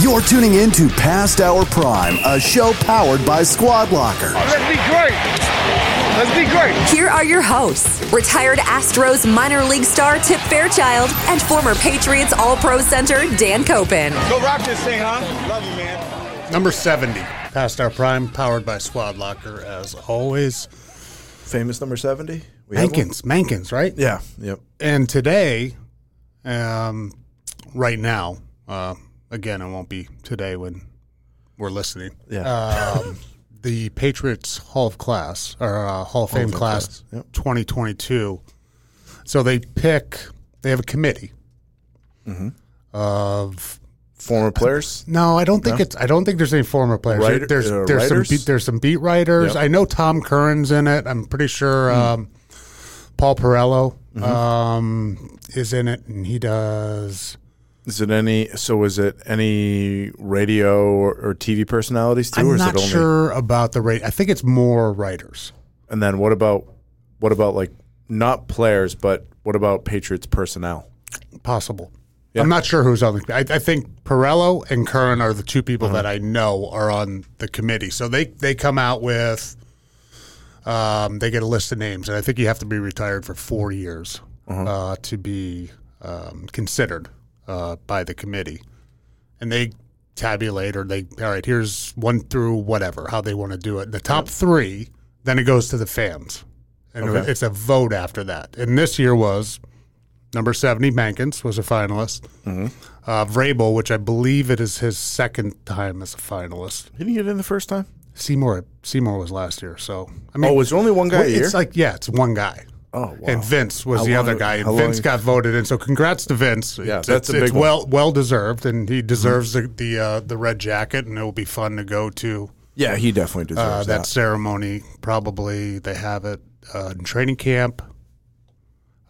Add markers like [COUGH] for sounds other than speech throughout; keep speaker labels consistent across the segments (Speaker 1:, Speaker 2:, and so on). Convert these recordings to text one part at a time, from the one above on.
Speaker 1: You're tuning in to Past Hour Prime, a show powered by Squad Locker.
Speaker 2: Let's be great. Let's be great.
Speaker 3: Here are your hosts retired Astros minor league star Tip Fairchild and former Patriots All Pro Center Dan Copen.
Speaker 2: Go rock this thing, huh? Love you, man.
Speaker 4: Number 70, Past Our Prime, powered by Squad Locker, as always.
Speaker 5: Famous number 70? We have one?
Speaker 4: Mankins, Mankins, right?
Speaker 5: Yeah. Yep.
Speaker 4: And today, um, right now, uh, again, it won't be today when we're listening.
Speaker 5: Yeah.
Speaker 4: Um, [LAUGHS] the Patriots Hall of Class, or uh, Hall of Fame
Speaker 5: Fame
Speaker 4: Class,
Speaker 5: class, yep.
Speaker 4: 2022. So they pick, they have a committee of
Speaker 5: Mm-hmm. Former players?
Speaker 4: No, I don't think it's. I don't think there's any former players.
Speaker 5: Writer-
Speaker 4: there's
Speaker 5: uh,
Speaker 4: there's some
Speaker 5: writers?
Speaker 4: beat, there's some beat writers.
Speaker 5: Yep. Hmm.
Speaker 4: I know Tom Curran's in it. I'm pretty sure um, Paul Perello
Speaker 5: Mm-hmm.
Speaker 4: um, is in it, and he does.
Speaker 5: Is it any? So is it any radio or, or TV personalities too, or
Speaker 4: I'm
Speaker 5: is
Speaker 4: not
Speaker 5: it only?
Speaker 4: sure about the rate. I think it's more writers.
Speaker 5: And then what about what about like not players, but what about Patriots personnel?
Speaker 4: possible.
Speaker 5: Yeah.
Speaker 4: I'm not sure who's on the. I, I think Perello and Curran are the two people that
Speaker 5: Uh-huh.
Speaker 4: I know are on the committee. So they they come out with, um, they get a list of names, and I think you have to be retired for four years
Speaker 5: Uh-huh.
Speaker 4: uh, to be um, considered uh, by the committee, and they tabulate or they all right. Here's one through whatever how they want to do it. The top three, then it goes to the fans, and
Speaker 5: Okay.
Speaker 4: it's a vote after that. And this year was Number 70, Mankins, was a finalist.
Speaker 5: Mm-hmm.
Speaker 4: Uh, Vrabel, which I believe it is his second time as a finalist.
Speaker 5: Didn't you get in the first time?
Speaker 4: Seymour Seymour was last year, so I
Speaker 5: Oh, was there only one guy a
Speaker 4: It's
Speaker 5: year?
Speaker 4: like yeah, it's one guy.
Speaker 5: Oh, wow.
Speaker 4: And Vince was
Speaker 5: How
Speaker 4: the
Speaker 5: long-
Speaker 4: other guy,
Speaker 5: how
Speaker 4: and
Speaker 5: long-
Speaker 4: Vince got voted in. So congrats to Vince.
Speaker 5: Yeah,
Speaker 4: It's-
Speaker 5: that's a
Speaker 4: it's
Speaker 5: big one. Mm-hmm.
Speaker 4: well well deserved, and he deserves the the, uh, the red jacket, and it will be fun to go to
Speaker 5: yeah, he definitely deserves
Speaker 4: uh, that ceremony. Probably they have it uh, in training camp,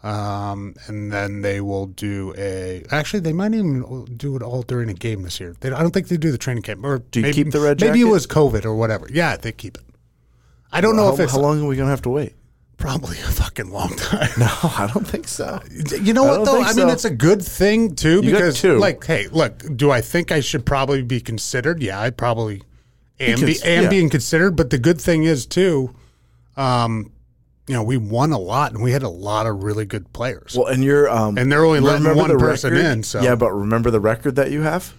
Speaker 4: um, and then they will do a. Actually, they might even do it all during a game this year. They, I don't think they do the training camp. Or
Speaker 5: you
Speaker 4: maybe,
Speaker 5: keep the red
Speaker 4: Maybe it
Speaker 5: jacket?
Speaker 4: was COVID or whatever. Yeah, they keep it. I don't know
Speaker 5: how,
Speaker 4: if it's
Speaker 5: how long are we gonna have to wait?
Speaker 4: probably a fucking long [LAUGHS] time.
Speaker 5: [LAUGHS] No, I don't think so.
Speaker 4: You know
Speaker 5: I
Speaker 4: what
Speaker 5: don't
Speaker 4: though?
Speaker 5: think
Speaker 4: I mean,
Speaker 5: so.
Speaker 4: it's a good thing too
Speaker 5: You got
Speaker 4: because,
Speaker 5: two.
Speaker 4: like, hey, look, do I think I should probably be considered? Yeah, I probably am,
Speaker 5: Because-
Speaker 4: be, am
Speaker 5: yeah.
Speaker 4: being considered. But the good thing is too, um, you know, we won a lot and we had a lot of really good players.
Speaker 5: Well, and you're um,
Speaker 4: And they're only letting
Speaker 5: remember
Speaker 4: one
Speaker 5: the
Speaker 4: person
Speaker 5: record?
Speaker 4: in, so-
Speaker 5: yeah, but remember the record that you have.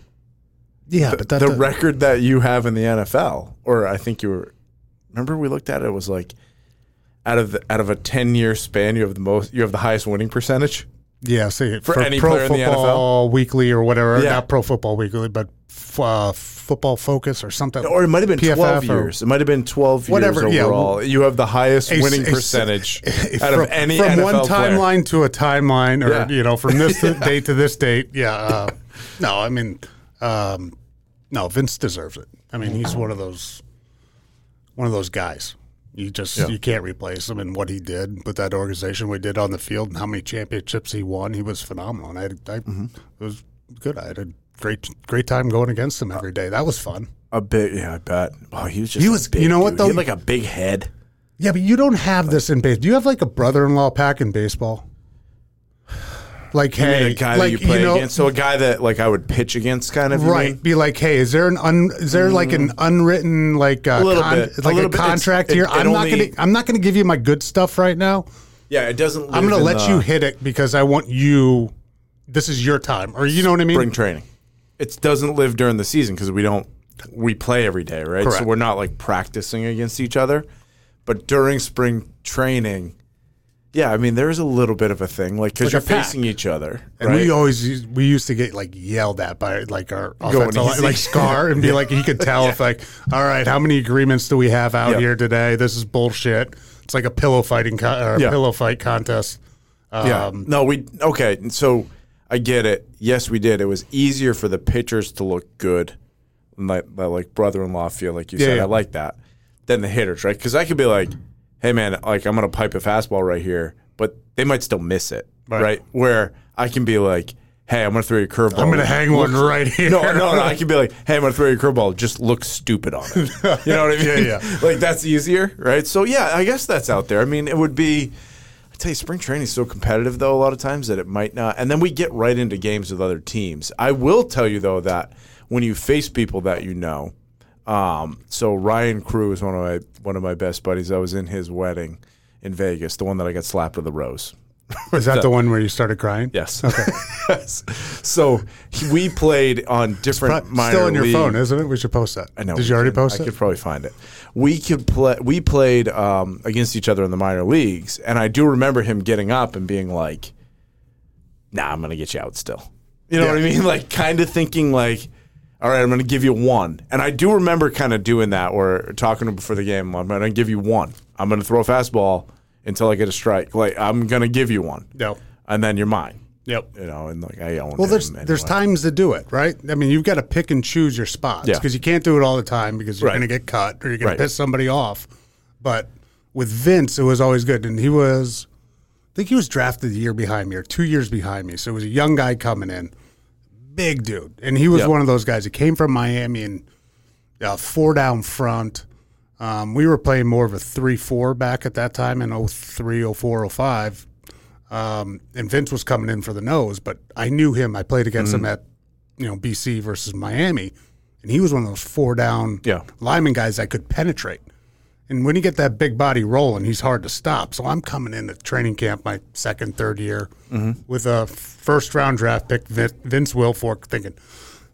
Speaker 4: yeah,
Speaker 5: the, the record that you have in the NFL, or I think you were. Remember, we looked at it. It was like out of the, out of a ten year span, you have the most, you have the highest winning percentage.
Speaker 4: yeah, see, for,
Speaker 5: any
Speaker 4: pro
Speaker 5: player in the NFL?
Speaker 4: football weekly or whatever,
Speaker 5: Yeah.
Speaker 4: not pro football weekly, but f- uh, football focus or something,
Speaker 5: Or it might have been
Speaker 4: PFF
Speaker 5: twelve
Speaker 4: or-
Speaker 5: years. It might have been twelve
Speaker 4: Whatever,
Speaker 5: years
Speaker 4: yeah.
Speaker 5: overall. you have the highest
Speaker 4: A-
Speaker 5: winning
Speaker 4: a- [LAUGHS]
Speaker 5: percentage
Speaker 4: if
Speaker 5: out
Speaker 4: from,
Speaker 5: of any
Speaker 4: from
Speaker 5: NFL
Speaker 4: one
Speaker 5: player.
Speaker 4: timeline to a timeline, or
Speaker 5: Yeah.
Speaker 4: you know, from
Speaker 5: [LAUGHS]
Speaker 4: this date to this date. Yeah, uh, no, I mean, um, no, Vince deserves it. I mean, he's one of those, one of those guys. You just you can't replace him and what he did with that organization, what he did on the field, and how many championships he won. He was phenomenal. And I, I
Speaker 5: Mm-hmm.
Speaker 4: it was good. I had a great great time going against him every day. That was fun.
Speaker 5: A big, yeah, I bet. Oh, he was just.
Speaker 4: He
Speaker 5: a
Speaker 4: was-
Speaker 5: big
Speaker 4: you know what,
Speaker 5: dude.
Speaker 4: though?
Speaker 5: He had like a big head.
Speaker 4: Yeah, but you don't have this in baseball. Do you have like a brother-in-law pack in baseball? Like,
Speaker 5: You mean
Speaker 4: hey,
Speaker 5: a guy
Speaker 4: like,
Speaker 5: that you play
Speaker 4: know,
Speaker 5: against. So a guy that like I would pitch against, kind of. you
Speaker 4: right?
Speaker 5: mean? Mm.
Speaker 4: Be like, hey, is there an un, is there like an unwritten like uh,
Speaker 5: A little
Speaker 4: con-
Speaker 5: bit. A
Speaker 4: like a,
Speaker 5: little bit. It's-
Speaker 4: contract
Speaker 5: it-
Speaker 4: here?
Speaker 5: it
Speaker 4: I'm
Speaker 5: only-
Speaker 4: not gonna I'm not gonna give you my good stuff right now.
Speaker 5: Yeah, it doesn't.
Speaker 4: I'm
Speaker 5: live
Speaker 4: gonna
Speaker 5: in
Speaker 4: let
Speaker 5: the
Speaker 4: you hit it because I want you. This is your time, or you know what I mean?
Speaker 5: spring training. It doesn't live during the season because we don't we play every day, right?
Speaker 4: Correct.
Speaker 5: So we're not like practicing against each other. But during spring training, yeah, I mean there is a little bit of a thing like because
Speaker 4: Like a
Speaker 5: you're
Speaker 4: pack.
Speaker 5: facing each other,
Speaker 4: And
Speaker 5: right?
Speaker 4: we always used- we used to get like yelled at by like our offensive line,
Speaker 5: easy.
Speaker 4: like Scar
Speaker 5: [LAUGHS]
Speaker 4: and be like he could tell if like all right how many agreements do we have out
Speaker 5: Yeah.
Speaker 4: here today this is bullshit it's like a pillow fighting con- or a
Speaker 5: Yeah.
Speaker 4: pillow fight contest
Speaker 5: yeah.
Speaker 4: Um,
Speaker 5: no, we okay. So I get it. Yes, we did. It was easier for the pitchers to look good, and like that like brother-in-law feel like you
Speaker 4: Yeah,
Speaker 5: said.
Speaker 4: yeah.
Speaker 5: I like that. Than the hitters, right? Because I could be like, "Hey, man, like I'm gonna pipe a fastball right here," but they might still miss it,
Speaker 4: Right.
Speaker 5: right? Where I can be like, "Hey, I'm gonna throw you a curveball."
Speaker 4: I'm gonna hang one right here
Speaker 5: No, no, no. [LAUGHS] I can be like, hey, I'm gonna throw you a curveball. Just look stupid on it.
Speaker 4: [LAUGHS]
Speaker 5: You know what I mean? [LAUGHS]
Speaker 4: Yeah, yeah.
Speaker 5: like that's easier, right? So yeah, I guess that's out there. I mean, it would be tell you, spring training is so competitive though a lot of times that it might not. And then we get right into games with other teams. I will tell you though that when you face people that you know, um, so Ryan Crew is one of my one of my best buddies. I was in his wedding in Vegas, the one that I got slapped with a rose.
Speaker 4: Was that
Speaker 5: [LAUGHS]
Speaker 4: the one where you started crying?
Speaker 5: Yes. Okay. yes. [LAUGHS] So he- we played on different
Speaker 4: Pro-
Speaker 5: minor
Speaker 4: still on your
Speaker 5: league-
Speaker 4: phone, isn't it? We should post that.
Speaker 5: I know.
Speaker 4: Did
Speaker 5: we
Speaker 4: you already
Speaker 5: can.
Speaker 4: post
Speaker 5: I
Speaker 4: it?
Speaker 5: could probably find it. We could play. We played um, against each other in the minor leagues, and I do remember him getting up and being like, "Nah, I'm gonna get you out still." You know what I mean? [LAUGHS] Like, kind of thinking like, "All right, I'm gonna give you one." And I do remember kind of doing that, or talking to him before the game. I'm gonna give you one. I'm gonna throw a fastball until I get a strike. Like, I'm gonna give you one.
Speaker 4: No.
Speaker 5: And then you're mine.
Speaker 4: Yep.
Speaker 5: You know, and like I own.
Speaker 4: Well, there's
Speaker 5: him
Speaker 4: there's
Speaker 5: anyway.
Speaker 4: times to do it, right? I mean, you've got to pick and choose your spots
Speaker 5: Yeah.
Speaker 4: because you can't do it all the time because you're
Speaker 5: Right.
Speaker 4: going to get cut or you're going
Speaker 5: Right.
Speaker 4: to piss somebody off. But with Vince, it was always good, and he was, I think he was drafted the year behind me or two years behind me, so it was a young guy coming in, big dude, and he was
Speaker 5: Yep.
Speaker 4: one of those guys. He came from Miami and uh, four down front. Um, we were playing more of a 3 4 back at that time in 03, 04, 05. Um, and Vince was coming in for the nose, but I knew him. I played against
Speaker 5: Mm-hmm.
Speaker 4: him at, you know, BC versus Miami. And he was one of those four down
Speaker 5: Yeah.
Speaker 4: lineman guys I could penetrate. And when you get that big body rolling, he's hard to stop. So I'm coming in at training camp my second, third year
Speaker 5: Mm-hmm.
Speaker 4: with a first round draft pick, Vin- Vince Wilfork, thinking,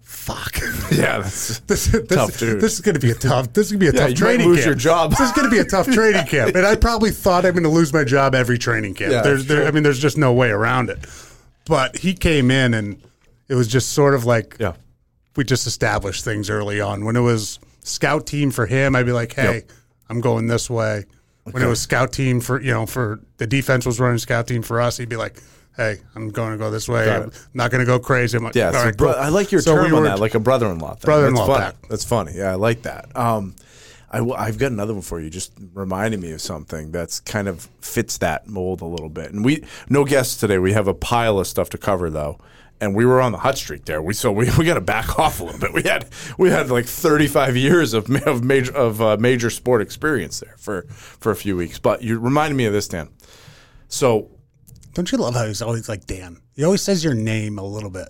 Speaker 4: fuck.
Speaker 5: [LAUGHS] Yeah. That's,
Speaker 4: This, this,
Speaker 5: Tough dude.
Speaker 4: This is going to be a tough. This is going to be a
Speaker 5: Yeah,
Speaker 4: tough
Speaker 5: you might
Speaker 4: training
Speaker 5: lose
Speaker 4: camp.
Speaker 5: your job.
Speaker 4: This is going to be a
Speaker 5: [LAUGHS]
Speaker 4: tough training camp, and I probably thought I'm going to lose my job every training camp.
Speaker 5: Yeah,
Speaker 4: there's, there, I mean, there's just no way around it. But he came in, and it was just sort of like
Speaker 5: yeah.
Speaker 4: we just established things early on. When it was scout team for him, I'd be like, "Hey, I'm going this way." When it was scout team for you know for the defense was running scout team for us, he'd be like, "Hey, I'm going to go this way.
Speaker 5: Got
Speaker 4: I'm
Speaker 5: it.
Speaker 4: not going to go crazy." I'm like,
Speaker 5: Yeah,
Speaker 4: "All
Speaker 5: so
Speaker 4: right,
Speaker 5: bro-
Speaker 4: cool."
Speaker 5: I like your
Speaker 4: So we
Speaker 5: term on
Speaker 4: were-
Speaker 5: that, like a brother-in-law thing.
Speaker 4: Brother-in-law
Speaker 5: That's funny.
Speaker 4: pack.
Speaker 5: That's funny. Yeah, I like that. Um, I w- I've got another one for you. Just reminded me of something that's kind of fits that mold a little bit. And we no guests today. We have a pile of stuff to cover though, and we were on the hot streak there. We so we, we got to back [LAUGHS] off a little bit. We had we had like 35 years of ma- of major of uh, major sport experience there for for a few weeks. But you reminded me of this, Dan. So
Speaker 4: Don't you love how he's always like Dan? He always says your name a little bit.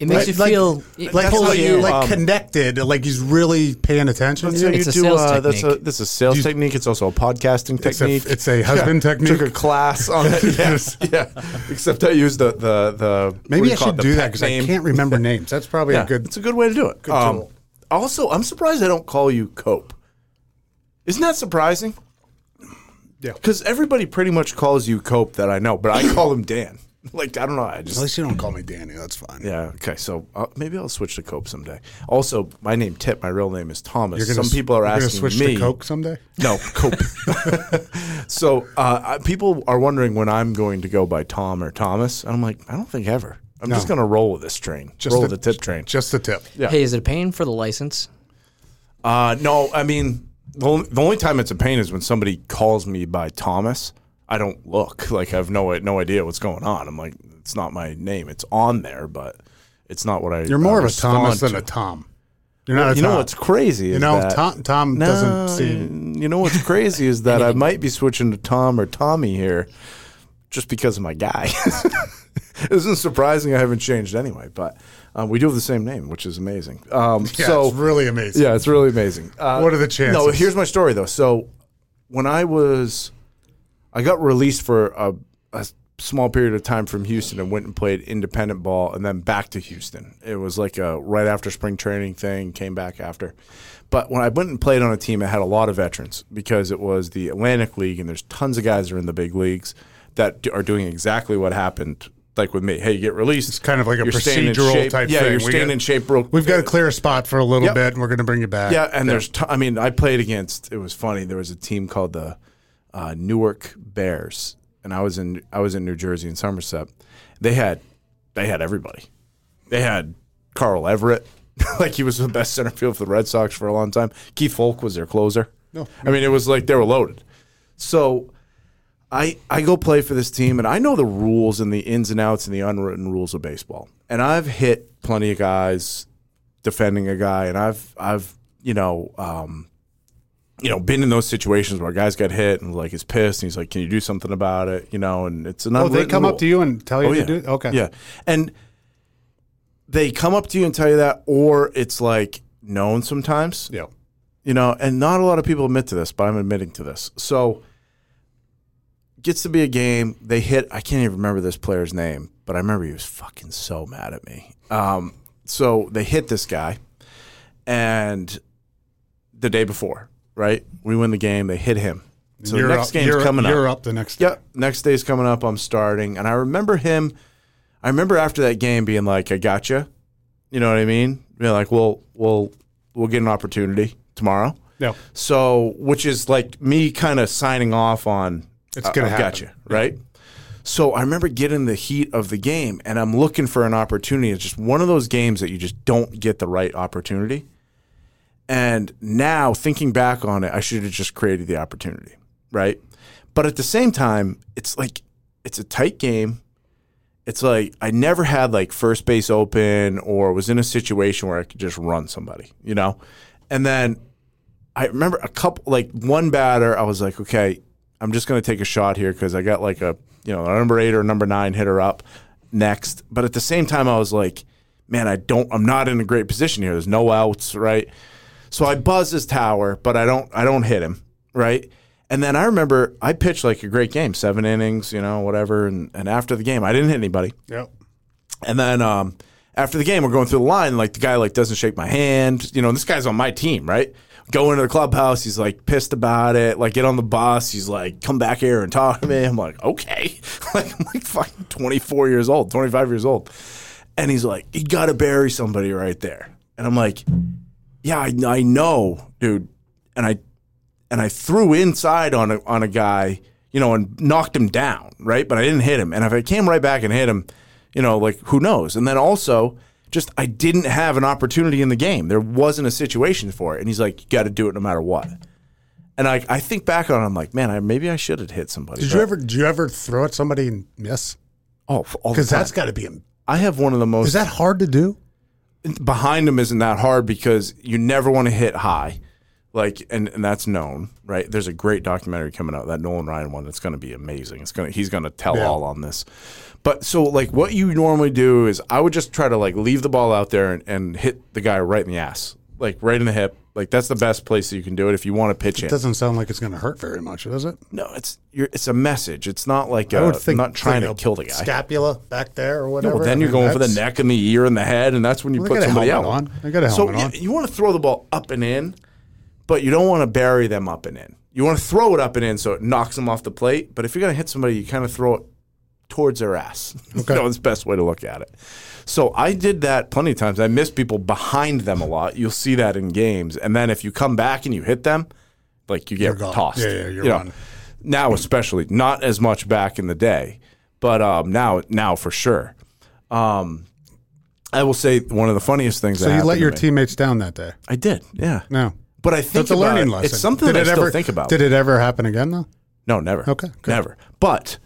Speaker 6: It makes you feel
Speaker 4: like,
Speaker 5: how
Speaker 4: like,
Speaker 5: you,
Speaker 4: like
Speaker 5: um,
Speaker 4: connected, like he's really paying attention.
Speaker 5: That's
Speaker 4: to
Speaker 5: how
Speaker 4: you.
Speaker 6: It's a sales
Speaker 5: uh, that's a
Speaker 6: technique.
Speaker 5: that's a sales technique. It's also a podcasting
Speaker 4: It's a-
Speaker 5: technique.
Speaker 4: it's a husband technique.
Speaker 5: Took a
Speaker 4: [LAUGHS]
Speaker 5: class on it. yes, yeah. Except I used the the the what do
Speaker 4: Maybe
Speaker 5: you
Speaker 4: I
Speaker 5: call it,
Speaker 4: should
Speaker 5: the
Speaker 4: do that
Speaker 5: pet
Speaker 4: because I
Speaker 5: name.
Speaker 4: can't [LAUGHS] remember names. That's probably
Speaker 5: Yeah,
Speaker 4: a good.
Speaker 5: It's a good way to do it. Um,
Speaker 4: tool.
Speaker 5: also, I'm surprised I don't call you Cope. Isn't that surprising?
Speaker 4: Yeah.
Speaker 5: Because everybody pretty much calls you Cope that I know, but I call him Dan. [LAUGHS] Like I don't know. I
Speaker 4: At
Speaker 5: just
Speaker 4: least you don't call me Danny. That's fine.
Speaker 5: yeah. Okay. So uh, maybe I'll switch to Cope someday. Also, my name Tip. My real name is Thomas.
Speaker 4: You're gonna
Speaker 5: Some
Speaker 4: s-
Speaker 5: people are
Speaker 4: you're gonna
Speaker 5: asking
Speaker 4: switch
Speaker 5: me
Speaker 4: to Coke someday.
Speaker 5: No, cope. [LAUGHS] so uh, I- people are wondering when I'm going to go by Tom or Thomas. And I'm like, I don't think ever. I'm just going to roll with this train. roll the, tip train.
Speaker 4: Just the tip.
Speaker 5: Yeah.
Speaker 6: Hey, is it a pain for the license?
Speaker 5: Uh, no, I mean, the only, the only time it's a pain is when somebody calls me by Thomas. I don't look. [LAUGHS] Like, I have no, no idea what's going on. I'm like, it's not my name. It's on there, but it's not what I.
Speaker 4: You're more
Speaker 5: I
Speaker 4: of a
Speaker 5: respond
Speaker 4: Thomas than
Speaker 5: to.
Speaker 4: a Tom. You're not a
Speaker 5: You
Speaker 4: Tom.
Speaker 5: know what's crazy? Is
Speaker 4: you know
Speaker 5: that-
Speaker 4: Tom. Tom
Speaker 5: No,
Speaker 4: doesn't seem.
Speaker 5: You know what's crazy
Speaker 4: [LAUGHS]
Speaker 5: is that I might be switching to Tom or Tommy here, just because of my guy. [LAUGHS] Isn't surprising I haven't changed anyway, but um, we do have the same name, which is amazing. Um,
Speaker 4: [LAUGHS] Yeah,
Speaker 5: so
Speaker 4: it's really amazing.
Speaker 5: yeah, it's really amazing. Uh,
Speaker 4: What are the chances?
Speaker 5: No, here's my story though. So when I was, I got released for a, a small period of time from Houston and went and played independent ball, and then back to Houston. It was like a right after spring training thing. Came back after, but when I went and played on a team, that had a lot of veterans because it was the Atlantic League, and there's tons of guys that are in the big leagues that do- are doing exactly what happened. Like with me, hey, you get released. It's
Speaker 4: kind of like a procedural type
Speaker 5: Yeah,
Speaker 4: thing.
Speaker 5: you're
Speaker 4: We
Speaker 5: staying
Speaker 4: get-
Speaker 5: in shape. Real,
Speaker 4: We've got to clear a spot for a little
Speaker 5: Yep.
Speaker 4: bit, and we're going to bring you back.
Speaker 5: yeah, and there's. T- I mean, I played against. It was funny. There was a team called the uh, Newark Bears, and I was in. I was in New Jersey in Somerset. They had. They had everybody. They had Carl Everett. [LAUGHS] like he was the best center field for the Red Sox for a long time. Keith Folk was their closer. No, I mean it was like they were loaded. So I, I go play for this team and I know the rules and the ins and outs and the unwritten rules of baseball. And I've hit plenty of guys defending a guy and I've I've you know um, you know, been in those situations where a guy's got hit and like is pissed and he's like, "Can you do something about it?" You know, and it's an
Speaker 4: Oh, they
Speaker 5: unwritten
Speaker 4: come
Speaker 5: rule.
Speaker 4: up to you and tell you
Speaker 5: Oh,
Speaker 4: to
Speaker 5: yeah.
Speaker 4: do it? Okay.
Speaker 5: Yeah. And they come up to you and tell you that, or it's like known sometimes,
Speaker 4: Yeah.
Speaker 5: you know, and not a lot of people admit to this, but I'm admitting to this. So gets to be a game. They hit, I can't even remember this player's name, but I remember he was fucking so mad at me. Um, so they hit this guy, and the day before, right? We win the game, they hit him. So
Speaker 4: You're
Speaker 5: the next
Speaker 4: up-
Speaker 5: game's
Speaker 4: you're,
Speaker 5: coming up.
Speaker 4: You're up the next day.
Speaker 5: Yep. Next day's coming up. I'm starting, and I remember him. I remember after that game being like, "I gotcha," you know what I mean? Being like, "We'll we'll we'll get an opportunity tomorrow."
Speaker 4: Yep.
Speaker 5: So, which is like me kind of signing off on.
Speaker 4: It's gonna
Speaker 5: I- I've Got
Speaker 4: happen.
Speaker 5: you right. So I remember getting the heat of the game, and I'm looking for an opportunity. It's just one of those games that you just don't get the right opportunity. And now thinking back on it, I should have just created the opportunity, right? But at the same time, it's like it's a tight game. It's like I never had like first base open or was in a situation where I could just run somebody, you know? And then I remember a couple like one batter, I was like, okay, I'm just gonna take a shot here because I got like a you know, a number eight or number nine hitter up next. But at the same time I was like, man, I don't I'm not in a great position here. There's no outs, right? So I buzz his tower, but I don't I don't hit him, right? And then I remember I pitched like a great game, seven innings, you know, whatever. And, and after the game, I didn't hit anybody.
Speaker 4: Yep.
Speaker 5: And then um, after the game, we're going through the line. Like the guy like doesn't shake my hand. You know, and this guy's on my team, right? Go into the clubhouse. He's like pissed about it. Like get on the bus. He's like, come back here and talk to me. I'm like, okay. [LAUGHS] like I'm like fucking 24 years old, 25 years old. And he's like, you got to bury somebody right there. And I'm like, yeah, I, I know, dude. And I and I threw inside on a, on a guy, you know, and knocked him down, right? But I didn't hit him. And if I came right back and hit him, you know, like who knows? And then also, just I didn't have an opportunity in the game. There wasn't a situation for it. And he's like, you got to do it no matter what. And I, I think back on it, I'm like, man, I, maybe I should have hit somebody.
Speaker 4: Did you ever? Did you ever throw at somebody and miss?
Speaker 5: Oh, all the
Speaker 4: Because
Speaker 5: time.
Speaker 4: that's got to be. em-
Speaker 5: I have one of the most.
Speaker 4: Is that hard to do?
Speaker 5: behind him isn't that hard because you never want to hit high. Like and, and that's known, right? There's a great documentary coming out, that Nolan Ryan one that's gonna be amazing. It's gonna he's gonna tell
Speaker 4: Yeah.
Speaker 5: all on this. But so like what you normally do is I would just try to like leave the ball out there and, and hit the guy right in the ass. Like right in the hip. Like that's the best place that you can do it if you want to pitch
Speaker 4: It
Speaker 5: it.
Speaker 4: doesn't sound like it's going to hurt very much, does it?
Speaker 5: no, it's you're, it's a message. It's not like uh, I'm not trying to
Speaker 4: like a
Speaker 5: kill the guy.
Speaker 4: Scapula back there or
Speaker 5: No,
Speaker 4: whatever.
Speaker 5: then
Speaker 4: I mean,
Speaker 5: you're going for the
Speaker 4: that's-
Speaker 5: neck and the ear and the head, and that's when you
Speaker 4: Well, they got
Speaker 5: put
Speaker 4: a
Speaker 5: somebody out.
Speaker 4: helmet on. They got a
Speaker 5: so
Speaker 4: helmet
Speaker 5: yeah,
Speaker 4: on.
Speaker 5: you want to throw the ball up and in, but you don't want to bury them up and in. You want to throw it up and in so it knocks them off the plate. But if you're going to hit somebody, you kind of throw it towards their ass. [LAUGHS] Okay. That's the best way to look at it. So I did that plenty of times. I miss people behind them a lot. You'll see that in games. And then if you come back and you hit them, like you get
Speaker 4: gone.
Speaker 5: tossed.
Speaker 4: Yeah, yeah, you're
Speaker 5: you know.
Speaker 4: on.
Speaker 5: Now especially, not as much back in the day, but um, now now for sure. Um, I will say one of the funniest things. that
Speaker 4: So you
Speaker 5: happened
Speaker 4: let
Speaker 5: to
Speaker 4: your
Speaker 5: me-
Speaker 4: teammates down that day?
Speaker 5: I did. Yeah.
Speaker 4: No.
Speaker 5: But I think
Speaker 4: That's a
Speaker 5: about
Speaker 4: learning
Speaker 5: it.
Speaker 4: lesson.
Speaker 5: It's something
Speaker 4: Did
Speaker 5: that
Speaker 4: it
Speaker 5: I still
Speaker 4: ever-
Speaker 5: think about.
Speaker 4: Did it ever happen again though?
Speaker 5: No, never.
Speaker 4: Okay, good.
Speaker 5: Never. But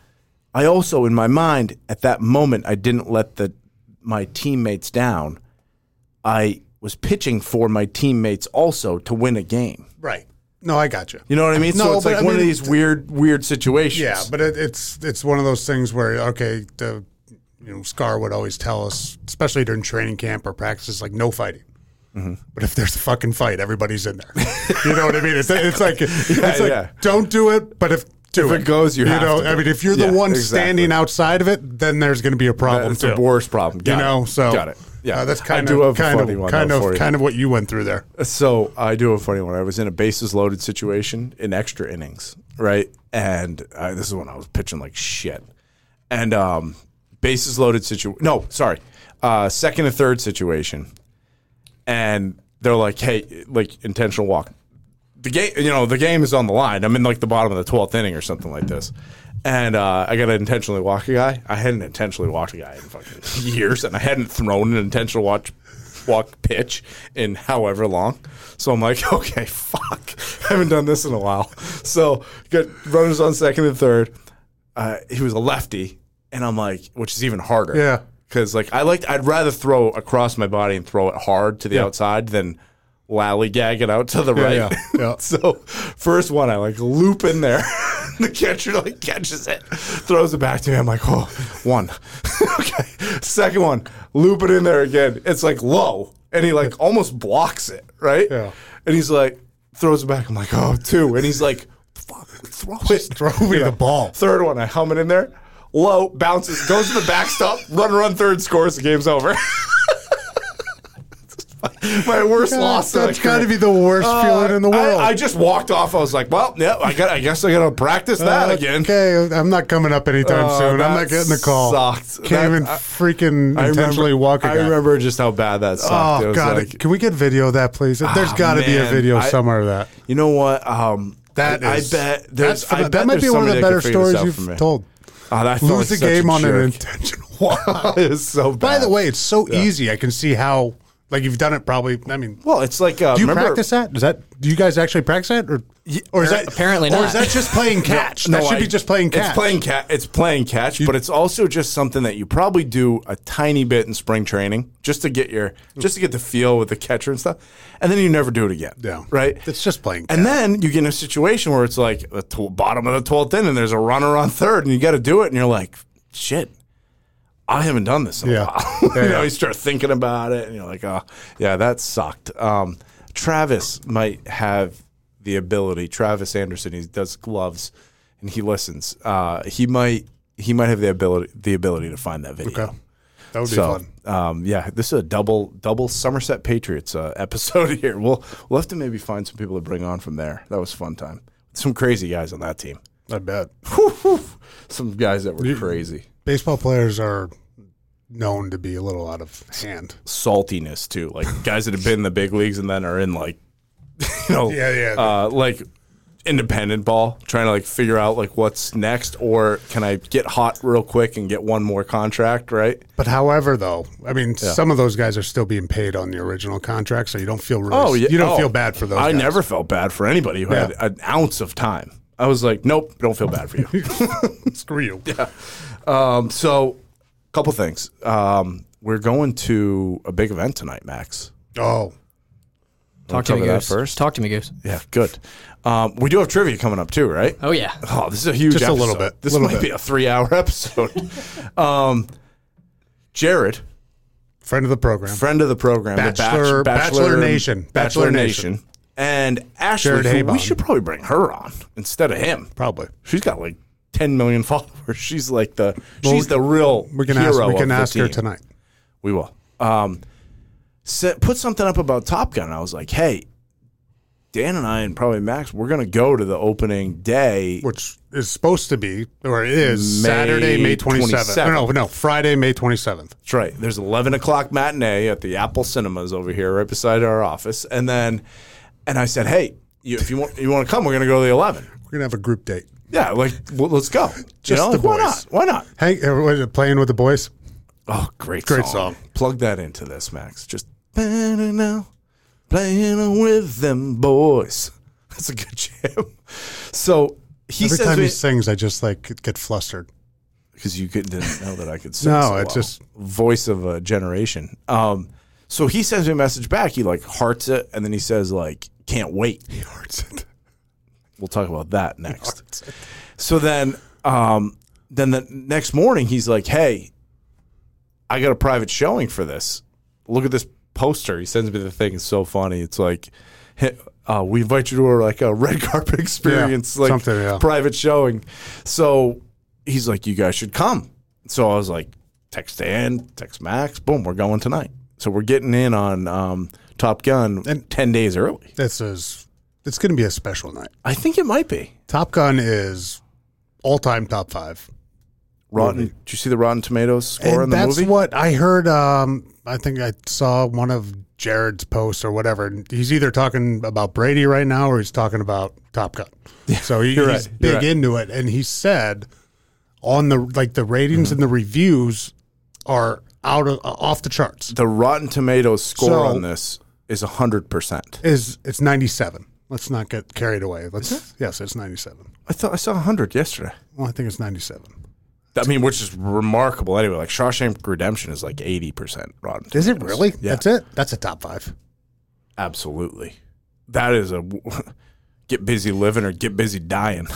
Speaker 5: I also, in my mind, at that moment, I didn't let the my teammates down. I was pitching for my teammates also to win a game.
Speaker 4: Right. No, I got you.
Speaker 5: You know what I mean?
Speaker 4: No,
Speaker 5: so it's
Speaker 4: but
Speaker 5: like
Speaker 4: I
Speaker 5: one of
Speaker 4: mean-
Speaker 5: these weird, weird situations.
Speaker 4: Yeah, but it, it's it's one of those things where okay, the you know Scar would always tell us, especially during training camp or practices, like no fighting.
Speaker 5: Mm-hmm.
Speaker 4: But if there's a fucking fight, everybody's in there. [LAUGHS] you know what I mean?
Speaker 5: [LAUGHS]
Speaker 4: It's, it's like, it's like
Speaker 5: yeah.
Speaker 4: don't do it, but if do
Speaker 5: If it goes, you have
Speaker 4: know.
Speaker 5: to do
Speaker 4: I mean,
Speaker 5: it.
Speaker 4: if you're
Speaker 5: Yeah,
Speaker 4: the one
Speaker 5: exactly.
Speaker 4: standing outside of it, then there's going to be a problem.
Speaker 5: It's
Speaker 4: too.
Speaker 5: the worst problem.
Speaker 4: You
Speaker 5: Got it.
Speaker 4: know, so
Speaker 5: got it. Yeah,
Speaker 4: uh, that's
Speaker 5: I
Speaker 4: kind
Speaker 5: do
Speaker 4: of
Speaker 5: have a
Speaker 4: kind
Speaker 5: funny
Speaker 4: of
Speaker 5: one,
Speaker 4: kind
Speaker 5: though,
Speaker 4: of
Speaker 5: for you.
Speaker 4: kind of what you went through there.
Speaker 5: So I do a funny one. I was in a bases loaded situation in extra innings, right? And uh, this is when I was pitching like shit. And um, bases loaded situation. No, sorry, uh, second and third situation. And they're like, hey, like intentional walk. The game, you know, the game is on the line. I'm in like the bottom of the twelfth inning or something like this. And uh, I got to intentionally walk a guy. I hadn't intentionally walked a guy in fucking [LAUGHS] years, and I hadn't thrown an intentional watch walk pitch in however long. So I'm like, [LAUGHS] okay, fuck. [LAUGHS] I haven't done this in a while. So got runners on second and third. Uh, he was a lefty, and I'm like, which is even harder.
Speaker 4: Yeah.
Speaker 5: Because like I like I'd rather throw across my body and throw it hard to the outside than lollygagging out to the right. [LAUGHS]
Speaker 4: yeah, yeah.
Speaker 5: so first one, I like loop in there. [LAUGHS] the catcher like catches it, throws it back to me. I'm like, oh, one. [LAUGHS] okay. Second one, loop it in there again. It's like low, and he like almost blocks it, right?
Speaker 4: Yeah.
Speaker 5: And he's like, throws it back. I'm like, oh, two. And he's like, fuck, throw it.
Speaker 4: throw me the ball.
Speaker 5: Third one, I hum it in there. Low, bounces, goes to the backstop, [LAUGHS] run, run, third, scores, the game's over. [LAUGHS] My worst loss. that I
Speaker 4: That's got to
Speaker 5: commit.
Speaker 4: be the worst
Speaker 5: Uh,
Speaker 4: feeling in the world.
Speaker 5: I, I just walked off. I was like, well, yeah, I got. I guess I got to
Speaker 4: Uh,
Speaker 5: practice that again.
Speaker 4: Okay, I'm not coming up anytime
Speaker 5: Uh,
Speaker 4: soon. I'm
Speaker 5: that
Speaker 4: not getting the call.
Speaker 5: sucked.
Speaker 4: Can't
Speaker 5: That-
Speaker 4: even
Speaker 5: I-
Speaker 4: freaking
Speaker 5: I
Speaker 4: intentionally walk a
Speaker 5: I
Speaker 4: guy.
Speaker 5: remember just how bad that sucked. It
Speaker 4: Oh
Speaker 5: was
Speaker 4: God!
Speaker 5: like-
Speaker 4: Can we get video of that, please? There's
Speaker 5: Ah,
Speaker 4: got to be a
Speaker 5: man,
Speaker 4: video
Speaker 5: I-
Speaker 4: somewhere of that.
Speaker 5: you know what? Um,
Speaker 4: That
Speaker 5: I,
Speaker 4: is-
Speaker 5: I bet there's.
Speaker 4: that's-
Speaker 5: I bet
Speaker 4: that might be
Speaker 5: there's
Speaker 4: one of
Speaker 5: somebody
Speaker 4: the
Speaker 5: that
Speaker 4: better
Speaker 5: could figure this
Speaker 4: stories
Speaker 5: out for
Speaker 4: you've
Speaker 5: me.
Speaker 4: told.
Speaker 5: Oh, that felt
Speaker 4: Lose
Speaker 5: like
Speaker 4: the
Speaker 5: such
Speaker 4: game on an
Speaker 5: jerk.
Speaker 4: intentional [LAUGHS] walk.
Speaker 5: [LAUGHS] it's so bad.
Speaker 4: By the way, it's so
Speaker 5: Yeah.
Speaker 4: easy. I can see how, like, you've done it probably. I mean,
Speaker 5: Well, it's like uh,
Speaker 4: do you
Speaker 5: remember- er,
Speaker 4: practice that? Is that do you guys actually practice that, or or is that
Speaker 6: apparently
Speaker 4: Or is
Speaker 6: not.
Speaker 4: that just playing catch? that
Speaker 5: [LAUGHS] No,
Speaker 4: should
Speaker 5: I-
Speaker 4: be just playing catch.
Speaker 5: It's playing catch. It's playing catch, but it's also just something that you probably do a tiny bit in spring training just to get your just to get the feel with the catcher and stuff, and then you never do it again.
Speaker 4: Yeah.
Speaker 5: right.
Speaker 4: It's just playing
Speaker 5: And then you get in a situation where it's like the tw- bottom of the twelfth inning, and there's a runner on third, and you got to do it, and you're like, shit. I haven't done this in
Speaker 4: Yeah.
Speaker 5: a while. [LAUGHS] you
Speaker 4: Yeah.
Speaker 5: know, you start thinking about it, and you're like, "Oh, yeah, that sucked." Um, Travis might have the ability. Travis Anderson, he does gloves, and he listens. Uh, he might, he might have the ability, the ability to find that video.
Speaker 4: Okay. That would be
Speaker 5: So,
Speaker 4: fun.
Speaker 5: um, yeah, this is a double, double Somerset Patriots uh, [LAUGHS] episode here. We'll, we'll have to maybe find some people to bring on from there. That was a fun time. Some crazy guys on that team.
Speaker 4: I bet
Speaker 5: Some guys that were crazy.
Speaker 4: baseball players are known to be a little out of hand.
Speaker 5: saltiness too. Like guys that have been in the big leagues and then are in like, [LAUGHS] you know,
Speaker 4: Yeah, yeah.
Speaker 5: uh, like independent ball, trying to like figure out like what's next or can I get hot real quick and get one more contract, right?
Speaker 4: But however, though, I mean, some of those guys are still being paid on the original contract, so you don't feel really. you don't
Speaker 5: Oh,
Speaker 4: feel bad for those.
Speaker 5: I
Speaker 4: guys.
Speaker 5: never felt bad for anybody who
Speaker 4: Yeah.
Speaker 5: had an ounce of time. I was like, nope, don't feel bad for
Speaker 4: [LAUGHS]
Speaker 5: you.
Speaker 4: [LAUGHS] screw you.
Speaker 5: um, so, couple things. Um, we're going to a big event tonight, Max.
Speaker 4: Oh,
Speaker 6: Talk to me,
Speaker 5: cover that
Speaker 6: Goose.
Speaker 5: first?
Speaker 6: Talk to me, Goose.
Speaker 5: Yeah, good. Um, we do have trivia coming up too, right?
Speaker 6: Oh yeah.
Speaker 5: Oh, this is a huge.
Speaker 4: Just a
Speaker 5: episode.
Speaker 4: little bit,
Speaker 5: This
Speaker 4: little
Speaker 5: might
Speaker 4: bit.
Speaker 5: be a three-hour [LAUGHS] episode. um, Jared,
Speaker 4: friend of the program.
Speaker 5: friend of the program,
Speaker 4: Bachelor-
Speaker 5: the bachelor,
Speaker 4: Bachelor Nation.
Speaker 5: Bachelor,
Speaker 4: Bachelor
Speaker 5: Nation,
Speaker 4: Nation.
Speaker 5: and Ashley.
Speaker 4: Jared
Speaker 5: who we
Speaker 4: Habon.
Speaker 5: should probably bring her on instead of him.
Speaker 4: Probably.
Speaker 5: She's got like ten million [LAUGHS] followers. She's like the she's the real
Speaker 4: We can
Speaker 5: hero
Speaker 4: ask. We
Speaker 5: of
Speaker 4: can
Speaker 5: the
Speaker 4: ask her
Speaker 5: team.
Speaker 4: tonight.
Speaker 5: We will. Um, set, put something up about Top Gun. I was like, hey. Dan and I and probably Max, we're gonna go to the opening day
Speaker 4: which is supposed to be or it is
Speaker 5: May
Speaker 4: Saturday, May 27th. No, no, no, Friday, May 27th.
Speaker 5: That's right. There's 11 o'clock matinee at the Apple Cinemas over here, right beside our office. And then, and I said, hey, you, if you want, you want to come, we're going to go to the 11.
Speaker 4: We're gonna have a group date.
Speaker 5: Yeah, like well, let's go. You
Speaker 4: Just the
Speaker 5: know, like, why not?
Speaker 4: boys.
Speaker 5: Why not?
Speaker 4: Hey, uh, what is it, playing with the boys.
Speaker 5: Oh, great,
Speaker 4: Great song.
Speaker 5: Plug that into this, Max. Just better now, playing with them boys. [LAUGHS] That's a good jam. So he
Speaker 4: Every
Speaker 5: says
Speaker 4: time
Speaker 5: we-
Speaker 4: he sings, I just like get flustered.
Speaker 5: because you could, didn't know that
Speaker 4: [LAUGHS]
Speaker 5: I could sing.
Speaker 4: No,
Speaker 5: so
Speaker 4: it's
Speaker 5: well.
Speaker 4: just-
Speaker 5: voice of a generation. Um, so he sends me a message back. He like hearts it, and then he says like, "Can't wait." He hearts it. We'll talk about that next. So then, um, then the next morning, he's like, "Hey, I got a private showing for this. Look at this poster." He sends me the thing. It's so funny. It's like. "Hey, Uh, we invite you to our like a red [LAUGHS] carpet experience, like
Speaker 4: something, yeah.
Speaker 5: private showing. So he's like, you guys should come. So I was like, text Dan, text Max, boom, we're going tonight. So we're getting in on um, Top Gun
Speaker 4: And-
Speaker 5: 10 days early.
Speaker 4: This is it's gonna be a special night.
Speaker 5: I think it might be.
Speaker 4: Top Gun is all time top five.
Speaker 5: Rotten. Did you see the Rotten Tomatoes score in
Speaker 4: and
Speaker 5: the
Speaker 4: that's
Speaker 5: movie?
Speaker 4: what I heard. Um, I think I saw one of Jared's posts or whatever. And he's either talking about Brady right now or he's talking about Top Gun. so he, he's
Speaker 5: you're right,
Speaker 4: big
Speaker 5: you're right.
Speaker 4: into it, and he said on the like the
Speaker 5: Mm-hmm.
Speaker 4: ratings and the reviews are out of uh, off the charts.
Speaker 5: the Rotten Tomatoes score
Speaker 4: So-
Speaker 5: on this is 100%.
Speaker 4: Is it's ninety seven. Let's not get carried away. Let's yes, it's ninety seven.
Speaker 5: I thought I saw 100 yesterday.
Speaker 4: Well, I think it's ninety seven.
Speaker 5: I mean, which is remarkable anyway. Like Shawshank Redemption is like 80% Rotten Tomatoes.
Speaker 4: Is it really?
Speaker 5: Yeah.
Speaker 4: That's it. That's a top five.
Speaker 5: Absolutely. That is a [LAUGHS] get busy living or get busy dying.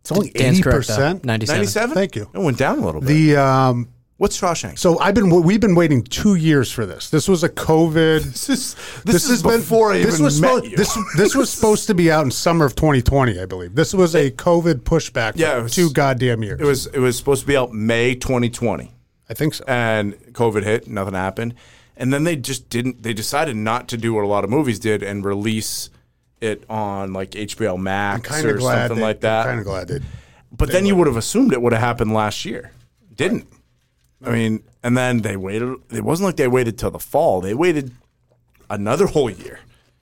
Speaker 4: It's only
Speaker 6: Dan's
Speaker 4: eighty
Speaker 6: correct. though.
Speaker 4: percent.
Speaker 6: 97.
Speaker 5: 97?
Speaker 4: Thank you.
Speaker 5: It went down a little bit.
Speaker 4: The um,
Speaker 5: What's Shawshank?
Speaker 4: so I've been we've been waiting two years for this. This was a COVID.
Speaker 5: [LAUGHS] this is, this has been, before I
Speaker 4: this
Speaker 5: even
Speaker 4: was
Speaker 5: met
Speaker 4: supposed-
Speaker 5: you.
Speaker 4: this this was supposed to be out in summer of 2020, I believe. This was a COVID pushback.
Speaker 5: Yeah,
Speaker 4: for
Speaker 5: it was-
Speaker 4: two goddamn years.
Speaker 5: it was it was supposed to be out May 2020.
Speaker 4: I think so.
Speaker 5: and COVID hit, nothing happened. And then they just didn't. They decided not to do what a lot of movies did and release it on like HBO Max
Speaker 4: Kind
Speaker 5: or
Speaker 4: of glad
Speaker 5: something like that.
Speaker 4: Kind of glad they.
Speaker 5: but then you would have assumed it would have happened last year. Didn't. I mean, and then they waited. It wasn't like they waited till the fall. They waited another whole year,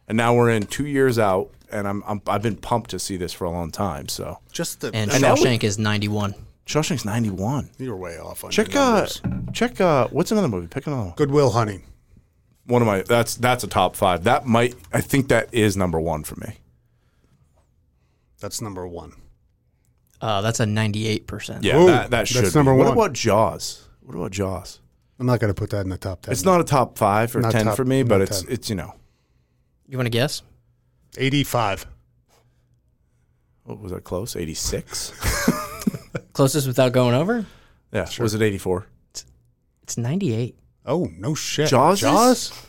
Speaker 5: and now we're in two years out. And I'm, I'm I've been pumped to see this for a long time. So
Speaker 4: Just the
Speaker 6: And
Speaker 5: And that
Speaker 6: Shawshank is 91.
Speaker 5: Shawshank's 91.
Speaker 4: you were way off on
Speaker 5: Check
Speaker 4: your
Speaker 5: uh,
Speaker 4: numbers.
Speaker 5: check uh, what's another movie? Pick another one.
Speaker 4: Goodwill Hunting.
Speaker 5: one of my that's that's a top five. That might I think that is number one for me.
Speaker 4: That's number one.
Speaker 6: Uh, that's a 98%.
Speaker 5: Yeah,
Speaker 4: Ooh,
Speaker 5: that, that
Speaker 4: that's
Speaker 5: should be.
Speaker 4: number
Speaker 5: What
Speaker 4: one.
Speaker 5: about Jaws? What about Jaws?
Speaker 4: I'm not going to put that in the top ten.
Speaker 5: It's not a top five or
Speaker 4: Not
Speaker 5: ten
Speaker 4: top-
Speaker 5: for me, but
Speaker 4: not
Speaker 5: it's
Speaker 4: 10.
Speaker 5: it's you know
Speaker 6: You want to guess?
Speaker 4: 85.
Speaker 5: what was that close? Eighty [LAUGHS] six.
Speaker 6: Closest without going over?
Speaker 5: yeah, was it eighty four?
Speaker 6: It's 98.
Speaker 4: Oh no shit.
Speaker 5: Jaws is-
Speaker 4: Jaws.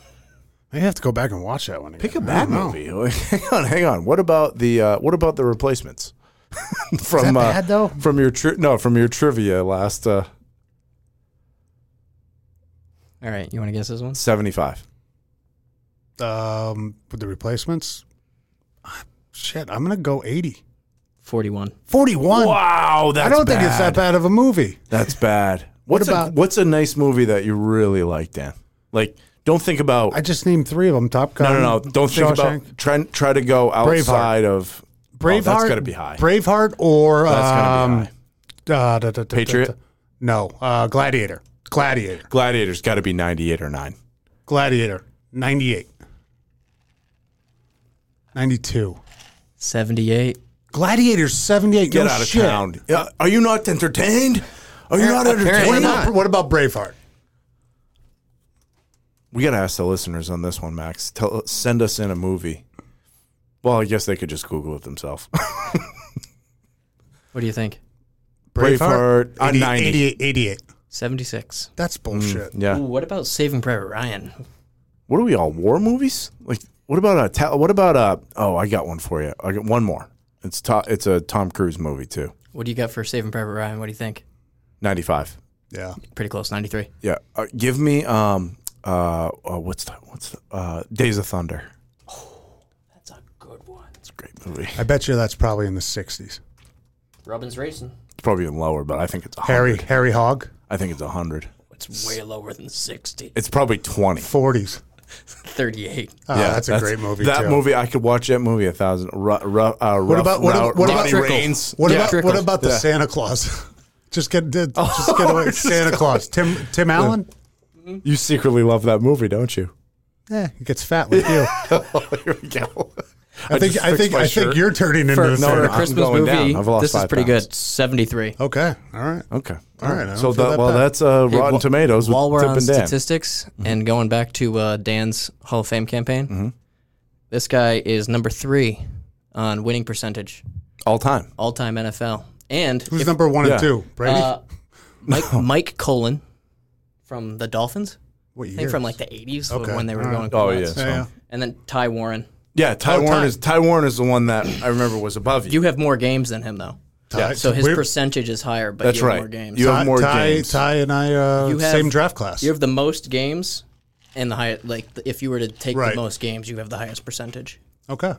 Speaker 4: I have to go back and watch that one. Again.
Speaker 5: Pick a
Speaker 4: I
Speaker 5: bad
Speaker 4: don't know.
Speaker 5: movie. [LAUGHS] hang on, hang on. What about the uh, what about the replacements? [LAUGHS] from uh,
Speaker 4: that bad, though?
Speaker 5: From your tri- no, from your trivia last uh,
Speaker 6: All right. You want to guess this one?
Speaker 5: seventy five.
Speaker 4: Um, with the replacements. Ah, Shit, I'm gonna go 80.
Speaker 6: 41.
Speaker 4: 41.
Speaker 5: Wow, that's
Speaker 4: I don't think it's that bad of a movie.
Speaker 5: That's bad. What's a,
Speaker 4: about-
Speaker 5: what's a nice movie that you really like, Dan? Like, don't think about.
Speaker 4: I just named three of them: Top Gun.
Speaker 5: no, no, no. Don't think about. Try try to go outside of. oh,
Speaker 4: Braveheart.
Speaker 5: that's got to be high.
Speaker 4: Braveheart or
Speaker 5: That's gotta be
Speaker 4: um,
Speaker 5: high.
Speaker 4: uh, da- da- da- da-
Speaker 5: Patriot?
Speaker 4: da- No, uh, Gladiator. Gladiator.
Speaker 5: Gladiator's got to be ninety eight or nine.
Speaker 4: Gladiator. 98. 92.
Speaker 6: 78.
Speaker 4: Gladiator's 78.
Speaker 5: Get
Speaker 4: no
Speaker 5: out of
Speaker 4: shit.
Speaker 5: town. Yeah, Are you not entertained? Are you not
Speaker 4: What
Speaker 5: entertained?
Speaker 4: about, what about Braveheart?
Speaker 5: We gotta ask the listeners on this one, Max. Tell send us in a movie. Well, I guess they could just Google it themselves. [LAUGHS]
Speaker 6: What do you think?
Speaker 5: Braveheart, uh, Mm, 90.
Speaker 4: 88, 88.
Speaker 6: 76.
Speaker 4: That's bullshit.
Speaker 5: yeah.
Speaker 6: Ooh, what about Saving Private Ryan?
Speaker 5: what are we all war movies? Like what about a ta- what about a oh I got one for you. I got one more. It's to- it's a Tom Cruise movie too.
Speaker 6: What do you got for Saving Private Ryan? What do you think?
Speaker 5: 95.
Speaker 4: Yeah.
Speaker 6: Pretty close, 93.
Speaker 5: Yeah. Uh, give me um uh, uh what's that? What's the, uh Days of Thunder.
Speaker 6: That's a good one.
Speaker 5: It's a great movie.
Speaker 4: I bet you that's probably in the 60s.
Speaker 6: Robin's Racing.
Speaker 5: It's probably even lower, but I think it's 100.
Speaker 4: Harry, Harry Hogg,
Speaker 5: I think it's 100.
Speaker 6: It's way lower than 60.
Speaker 5: It's probably 20.
Speaker 4: 40s.
Speaker 6: 38.
Speaker 4: Oh, that's a great movie.
Speaker 5: That
Speaker 4: too.
Speaker 5: movie, I could watch that movie a thousand. Ru- ru- uh, rough,
Speaker 4: What about what,
Speaker 5: Rou-
Speaker 4: what
Speaker 5: Roddy
Speaker 4: about
Speaker 5: Rains?
Speaker 4: What
Speaker 6: Yeah.
Speaker 4: about what
Speaker 6: Trickles.
Speaker 4: about the
Speaker 5: Yeah. Oh,
Speaker 4: Santa Claus? [LAUGHS] just get did- just get
Speaker 5: [LAUGHS]
Speaker 4: away. Santa Claus. Tim Tim Allen.
Speaker 5: You secretly love that movie,
Speaker 4: [LAUGHS]
Speaker 5: don't you?
Speaker 4: Yeah, he gets fat like
Speaker 5: [LAUGHS]
Speaker 4: you.
Speaker 5: Here we go.
Speaker 4: I think
Speaker 5: just
Speaker 4: I
Speaker 5: fixed
Speaker 4: think
Speaker 5: my
Speaker 4: I
Speaker 5: shirt.
Speaker 4: think you're turning into
Speaker 6: For,
Speaker 4: the
Speaker 6: for
Speaker 5: no,
Speaker 4: Santa
Speaker 6: a
Speaker 5: I'm
Speaker 4: Claus.
Speaker 6: Christmas
Speaker 5: going
Speaker 6: movie,
Speaker 5: down. I've lost
Speaker 6: this is
Speaker 5: five
Speaker 6: pretty
Speaker 5: pounds.
Speaker 6: good. 73.
Speaker 4: Okay, all right.
Speaker 5: Okay.
Speaker 4: All right, I don't
Speaker 5: So
Speaker 4: feel
Speaker 5: that,
Speaker 4: that
Speaker 5: well,
Speaker 4: bad.
Speaker 5: that's uh,
Speaker 6: Hey,
Speaker 5: Rotten
Speaker 6: wh-
Speaker 5: Tomatoes.
Speaker 6: While
Speaker 5: with
Speaker 6: we're
Speaker 5: Tip
Speaker 6: on
Speaker 5: and Dan.
Speaker 6: statistics
Speaker 5: Mm-hmm.
Speaker 6: and going back to uh, Dan's Hall of Fame campaign, this guy is number three on winning percentage,
Speaker 5: all time.
Speaker 6: all time NFL. And
Speaker 4: Who's number one
Speaker 5: yeah.
Speaker 4: and two? Brady.
Speaker 6: uh,
Speaker 5: [LAUGHS]
Speaker 6: Mike, Mike Colon from the Dolphins,
Speaker 4: what
Speaker 6: I
Speaker 4: year?
Speaker 6: think from like the 80s
Speaker 4: Okay,
Speaker 6: when they were
Speaker 4: all right.
Speaker 6: going.
Speaker 5: Oh yeah.
Speaker 6: nuts.
Speaker 5: So.
Speaker 4: Yeah, yeah.
Speaker 6: And then Ty Warren.
Speaker 5: Yeah, Ty
Speaker 4: Oh,
Speaker 5: Warren
Speaker 4: Ty.
Speaker 5: is Ty Warren is the one that I remember was above you.
Speaker 6: You have more games than him, though.
Speaker 4: Ty-
Speaker 6: So his
Speaker 4: we're-
Speaker 6: percentage is higher, but
Speaker 5: That's
Speaker 6: you have
Speaker 5: right.
Speaker 6: more games.
Speaker 5: You have
Speaker 4: Ty,
Speaker 5: more
Speaker 4: Ty,
Speaker 5: games.
Speaker 4: Ty and I uh,
Speaker 6: You have-
Speaker 4: same draft class.
Speaker 6: You have the most games and the highest. Like, th- if you were to take
Speaker 4: Right.
Speaker 6: the most games, you have the highest percentage.
Speaker 4: okay.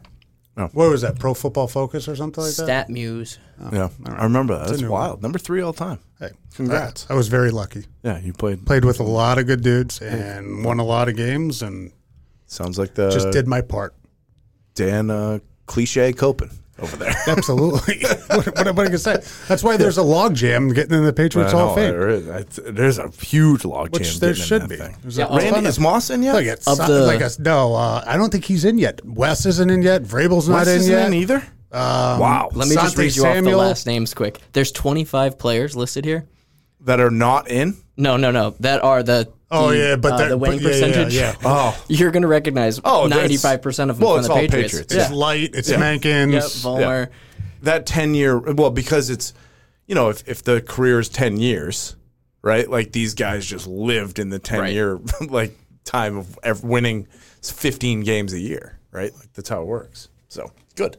Speaker 5: Oh.
Speaker 4: What was that? Pro Football Focus or something like that? Uh,
Speaker 6: Stat Muse.
Speaker 5: yeah, I remember that.
Speaker 4: a
Speaker 5: That's
Speaker 4: new
Speaker 5: wild. Number three all time.
Speaker 4: Hey,
Speaker 5: Congrats.
Speaker 4: I, I was very lucky.
Speaker 5: Yeah, you played.
Speaker 4: Played with a lot of good dudes and won a lot of games and
Speaker 5: Sounds like the
Speaker 4: just did my
Speaker 5: [LAUGHS]
Speaker 4: part.
Speaker 5: Dan uh, cliche Copen over there.
Speaker 4: Absolutely. [LAUGHS] what, what am I going to say? That's why there's a logjam getting in the Patriots Hall of
Speaker 5: [LAUGHS] I know,
Speaker 4: Fame,
Speaker 5: there is- that's- There's a huge log
Speaker 4: which
Speaker 5: jam
Speaker 4: there
Speaker 5: getting in
Speaker 4: should
Speaker 5: that
Speaker 4: be.
Speaker 5: thing.
Speaker 4: There's
Speaker 6: Yeah,
Speaker 4: a
Speaker 6: Randy
Speaker 4: ton
Speaker 5: Randy
Speaker 4: of-
Speaker 5: is Moss in yet?
Speaker 4: Look, it's
Speaker 6: Of
Speaker 4: so-
Speaker 6: the-
Speaker 4: like a, no. Uh, I don't think he's in yet. Wes isn't in yet. Vrabel's not
Speaker 5: Wes
Speaker 4: in
Speaker 5: isn't
Speaker 4: yet.
Speaker 5: in Um, either. wow,
Speaker 6: Let me just
Speaker 4: Asante
Speaker 6: read you
Speaker 4: Samuel.
Speaker 6: off the last names quick. There's 25 players listed here.
Speaker 5: that are not in.
Speaker 6: No, no, no. That are the
Speaker 4: Oh yeah, but
Speaker 6: uh,
Speaker 4: they're-
Speaker 6: the winning
Speaker 4: but- yeah, yeah,
Speaker 6: percentage.
Speaker 4: yeah.
Speaker 5: [LAUGHS] Oh,
Speaker 6: [LAUGHS] You're going to recognize
Speaker 5: Oh, that's-
Speaker 6: 95% of them
Speaker 5: well,
Speaker 6: from
Speaker 5: it's
Speaker 6: the
Speaker 5: all
Speaker 6: Patriots.
Speaker 5: Patriots.
Speaker 4: It's
Speaker 6: Yeah.
Speaker 4: light. It's
Speaker 5: Yeah.
Speaker 4: Mankins.
Speaker 6: Yep, Vollmer.
Speaker 5: that 10 year well because it's you know if, if the career is 10 years right like these guys just lived in the 10
Speaker 6: Right.
Speaker 5: year [LAUGHS] like time of ev- winning 15 games a year right like that's how it works so good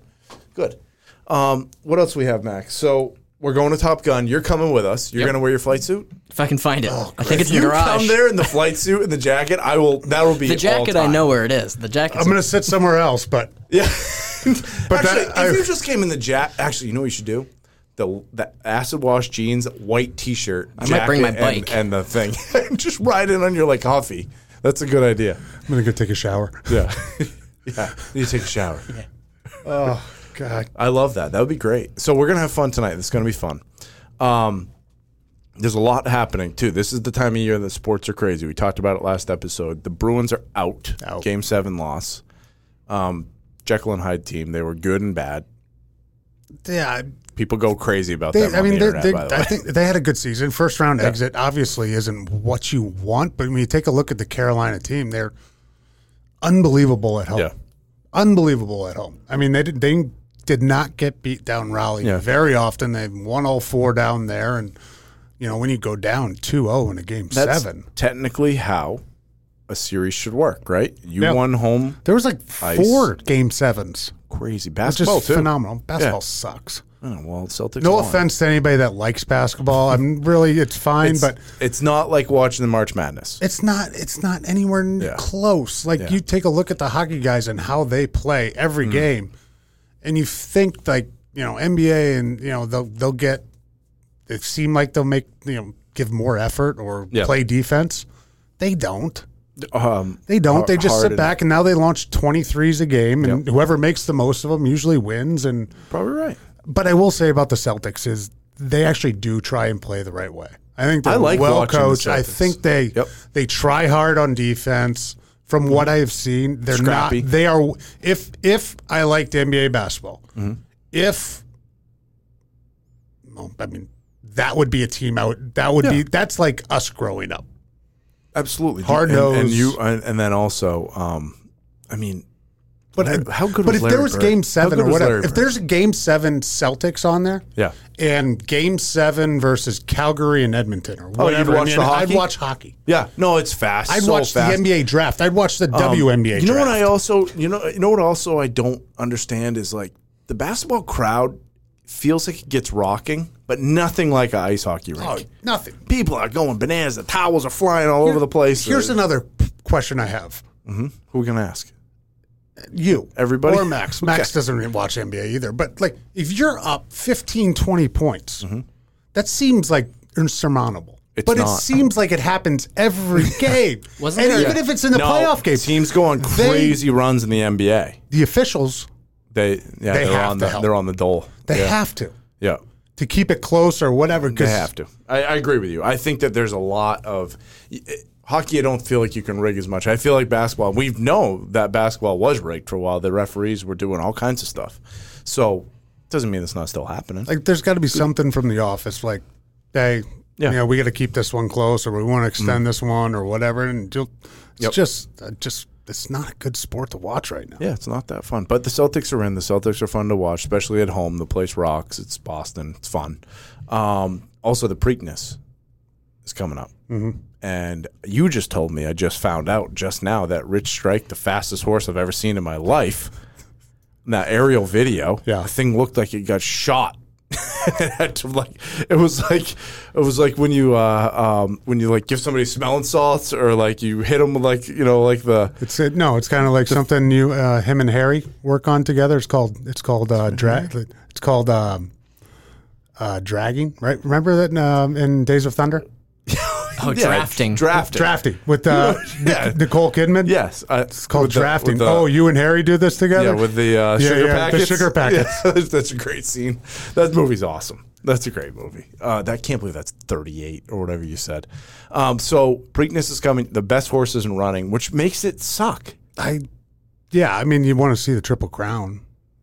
Speaker 5: good um, what else we have max so we're going to top gun you're coming with us you're
Speaker 6: Yep.
Speaker 5: going to wear your flight suit
Speaker 6: If I can find it,
Speaker 4: Oh,
Speaker 6: I think it's in
Speaker 5: you
Speaker 6: the garage.
Speaker 5: come there in the flight suit and the jacket i will that will be
Speaker 6: the jacket,
Speaker 5: all
Speaker 6: I
Speaker 5: time.
Speaker 6: know where it is. The jacket.
Speaker 4: I'm gonna sit somewhere else, but
Speaker 5: Yeah.
Speaker 4: But
Speaker 5: actually,
Speaker 4: that-
Speaker 5: if
Speaker 4: I-
Speaker 5: you just came in the jack, actually, you know what you should do? The, the acid wash jeans, white t shirt.
Speaker 6: I might bring my bike.
Speaker 5: And, the thing. [LAUGHS] just ride in on your like coffee. That's a good idea.
Speaker 4: I'm gonna go take a shower.
Speaker 5: Yeah. [LAUGHS] yeah. You take a shower. Oh,
Speaker 4: [LAUGHS] God,
Speaker 5: I love that. That would be great. So we're gonna have fun tonight. This is gonna be fun. Um, there's a lot happening too. This is the time of year that sports are crazy. We talked about it last episode. The Bruins are out.
Speaker 4: Out.
Speaker 5: Game seven loss. Um, Jekyll and Hyde team. They were good and bad.
Speaker 4: yeah. I-
Speaker 5: People go crazy about
Speaker 4: They,
Speaker 5: that.
Speaker 4: I mean,
Speaker 5: the
Speaker 4: they,
Speaker 5: internet,
Speaker 4: they,
Speaker 5: by the
Speaker 4: I
Speaker 5: way.
Speaker 4: think they had a good season. First round exit obviously isn't what you want, but when you take a look at the Carolina team, they're unbelievable at home.
Speaker 5: [LAUGHS] Yeah.
Speaker 4: Unbelievable at home. I mean, they did, they did not get beat down Raleigh
Speaker 5: Yeah.
Speaker 4: very often. They've won all four down there, and you know when you go down 2-0 in a game
Speaker 5: That's
Speaker 4: seven,
Speaker 5: technically how a series should work, right? You
Speaker 4: Yeah.
Speaker 5: won home.
Speaker 4: there was like
Speaker 5: Ice.
Speaker 4: four game sevens.
Speaker 5: Crazy
Speaker 4: It's just
Speaker 5: basketball too.
Speaker 4: phenomenal. Basketball
Speaker 5: Yeah.
Speaker 4: sucks.
Speaker 5: Oh, well, Celtics.
Speaker 4: No
Speaker 5: won.
Speaker 4: offense to anybody that likes basketball. I'm really it's fine,
Speaker 5: It's,
Speaker 4: but
Speaker 5: it's not like watching the March Madness.
Speaker 4: it's not it's not anywhere n-
Speaker 5: Yeah.
Speaker 4: close. Like
Speaker 5: Yeah. Mm-hmm.
Speaker 4: you take a look at the hockey guys and how they play every game, and you think like you know NBA and you know they'll they'll get. It seem like they'll make you know give more effort or
Speaker 5: Yeah.
Speaker 4: play defense. They don't.
Speaker 5: Um,
Speaker 4: They don't.
Speaker 5: Har-
Speaker 4: They just
Speaker 5: Harden.
Speaker 4: sit back and now they launch 23s a game and whoever makes the most of them usually wins and
Speaker 5: probably right.
Speaker 4: But I will say about the Celtics is they actually do try and play the right way. I think they're
Speaker 5: I like
Speaker 4: well
Speaker 5: watching the
Speaker 4: coached. I
Speaker 5: Celtics.
Speaker 4: think they
Speaker 5: Yep.
Speaker 4: they try hard on defense. From what I have seen, they're
Speaker 5: Scrappy.
Speaker 4: not. They are. If if I liked NBA basketball,
Speaker 5: Mm-hmm.
Speaker 4: if well, I mean that would be a team out. That would be that's like us growing up.
Speaker 5: Absolutely
Speaker 4: Hard
Speaker 5: and, and
Speaker 4: nose.
Speaker 5: you and, and then also, um, I mean,
Speaker 4: But
Speaker 5: Larry- how good
Speaker 4: But
Speaker 5: was
Speaker 4: if there
Speaker 5: Larry
Speaker 4: was
Speaker 5: Bird? How
Speaker 4: Game Seven
Speaker 5: good
Speaker 4: or
Speaker 5: was
Speaker 4: whatever,
Speaker 5: Larry
Speaker 4: if
Speaker 5: Bird?
Speaker 4: there's a Game Seven Celtics on there,
Speaker 5: Yeah.
Speaker 4: and Game Seven versus Calgary and Edmonton or
Speaker 5: Oh, you'd
Speaker 4: whatever. I
Speaker 5: watch
Speaker 4: mean,
Speaker 5: the
Speaker 4: I'd
Speaker 5: hockey?
Speaker 4: watch hockey.
Speaker 5: yeah, no, it's fast.
Speaker 4: I'd
Speaker 5: so
Speaker 4: watch
Speaker 5: fast.
Speaker 4: the NBA draft. I'd watch the
Speaker 5: Um,
Speaker 4: WNBA.
Speaker 5: You know what I
Speaker 4: draft.
Speaker 5: also you know you know what also I don't understand is like the basketball crowd feels like it gets rocking, but nothing like an ice hockey rink.
Speaker 4: Oh, nothing.
Speaker 5: People are going bananas. The towels are flying all over the place.
Speaker 4: Here's
Speaker 5: Uh,
Speaker 4: another p- question I have.
Speaker 5: who we gonna ask?
Speaker 4: You,
Speaker 5: Everybody?
Speaker 4: or Max? Max
Speaker 5: Okay.
Speaker 4: doesn't really watch NBA either. But like, if you're up 15, 20 points, that seems like insurmountable.
Speaker 5: Mm-hmm. It's
Speaker 4: but it
Speaker 5: not.
Speaker 4: seems like it happens
Speaker 5: [LAUGHS]
Speaker 4: every game.
Speaker 6: Wasn't
Speaker 4: and
Speaker 6: there-
Speaker 4: even if it's in the
Speaker 5: No,
Speaker 4: playoff game,
Speaker 5: teams go on
Speaker 4: they-
Speaker 5: crazy runs in the NBA.
Speaker 4: the officials
Speaker 5: They yeah
Speaker 4: They
Speaker 5: they are
Speaker 4: have
Speaker 5: on
Speaker 4: to
Speaker 5: the
Speaker 4: help.
Speaker 5: they're on the dole.
Speaker 4: they
Speaker 5: yeah.
Speaker 4: have to
Speaker 5: yeah.
Speaker 4: to keep it close or whatever.
Speaker 5: They
Speaker 4: Because
Speaker 5: have to. I, I agree with you. I think that there's a lot of y- it- hockey. I don't feel like you can rig as much. I feel like basketball. We know that basketball was rigged for a while. The referees were doing all kinds of stuff. So doesn't mean it's not still happening.
Speaker 4: like there's got to be something from the office like hey
Speaker 5: Yeah. Mm-hmm.
Speaker 4: you know we got to keep this one close or we want to extend this one or whatever and just, it's
Speaker 5: Yep.
Speaker 4: just uh, just it's not a good sport to watch right now
Speaker 5: yeah, it's not that fun. But the Celtics are in. The Celtics are fun to watch, especially at home. The place rocks. It's Boston. It's fun. Um, also, the Preakness is coming up. Mm-hmm. And you just told me, I just found out just now that Rich Strike, the fastest horse I've ever seen in my life, in that aerial video,
Speaker 4: Yeah.
Speaker 5: the thing looked like it got shot. [LAUGHS] it had to like it was like it was like when you uh, um, when you like give somebody smelling salts or like you hit them with like you know like the
Speaker 4: it's uh no it's kind of like something you uh, him and harry work on together it's called it's called uh drag it's called um uh, dragging, right? Remember that in, um, in Days of Thunder,
Speaker 6: oh,
Speaker 5: [LAUGHS] Yeah,
Speaker 6: drafting.
Speaker 5: drafting
Speaker 4: drafting with uh,
Speaker 5: [LAUGHS] Yeah.
Speaker 4: Nic- Nicole Kidman.
Speaker 5: Yes, uh,
Speaker 4: it's called
Speaker 5: with the-
Speaker 4: drafting.
Speaker 5: with the-
Speaker 4: oh, you and Harry do this together.
Speaker 5: yeah, with the uh,
Speaker 4: Yeah,
Speaker 5: sugar
Speaker 4: yeah, the
Speaker 5: packets.
Speaker 4: sugar packets.
Speaker 5: [LAUGHS] Yeah, that's a great scene. That movie's awesome. That's a great movie. Uh, that can't believe that's 38 or whatever you said. Um, so Preakness is coming. The best horse isn't running, which makes it suck.
Speaker 4: I, yeah, I mean, you want to see the Triple Crown.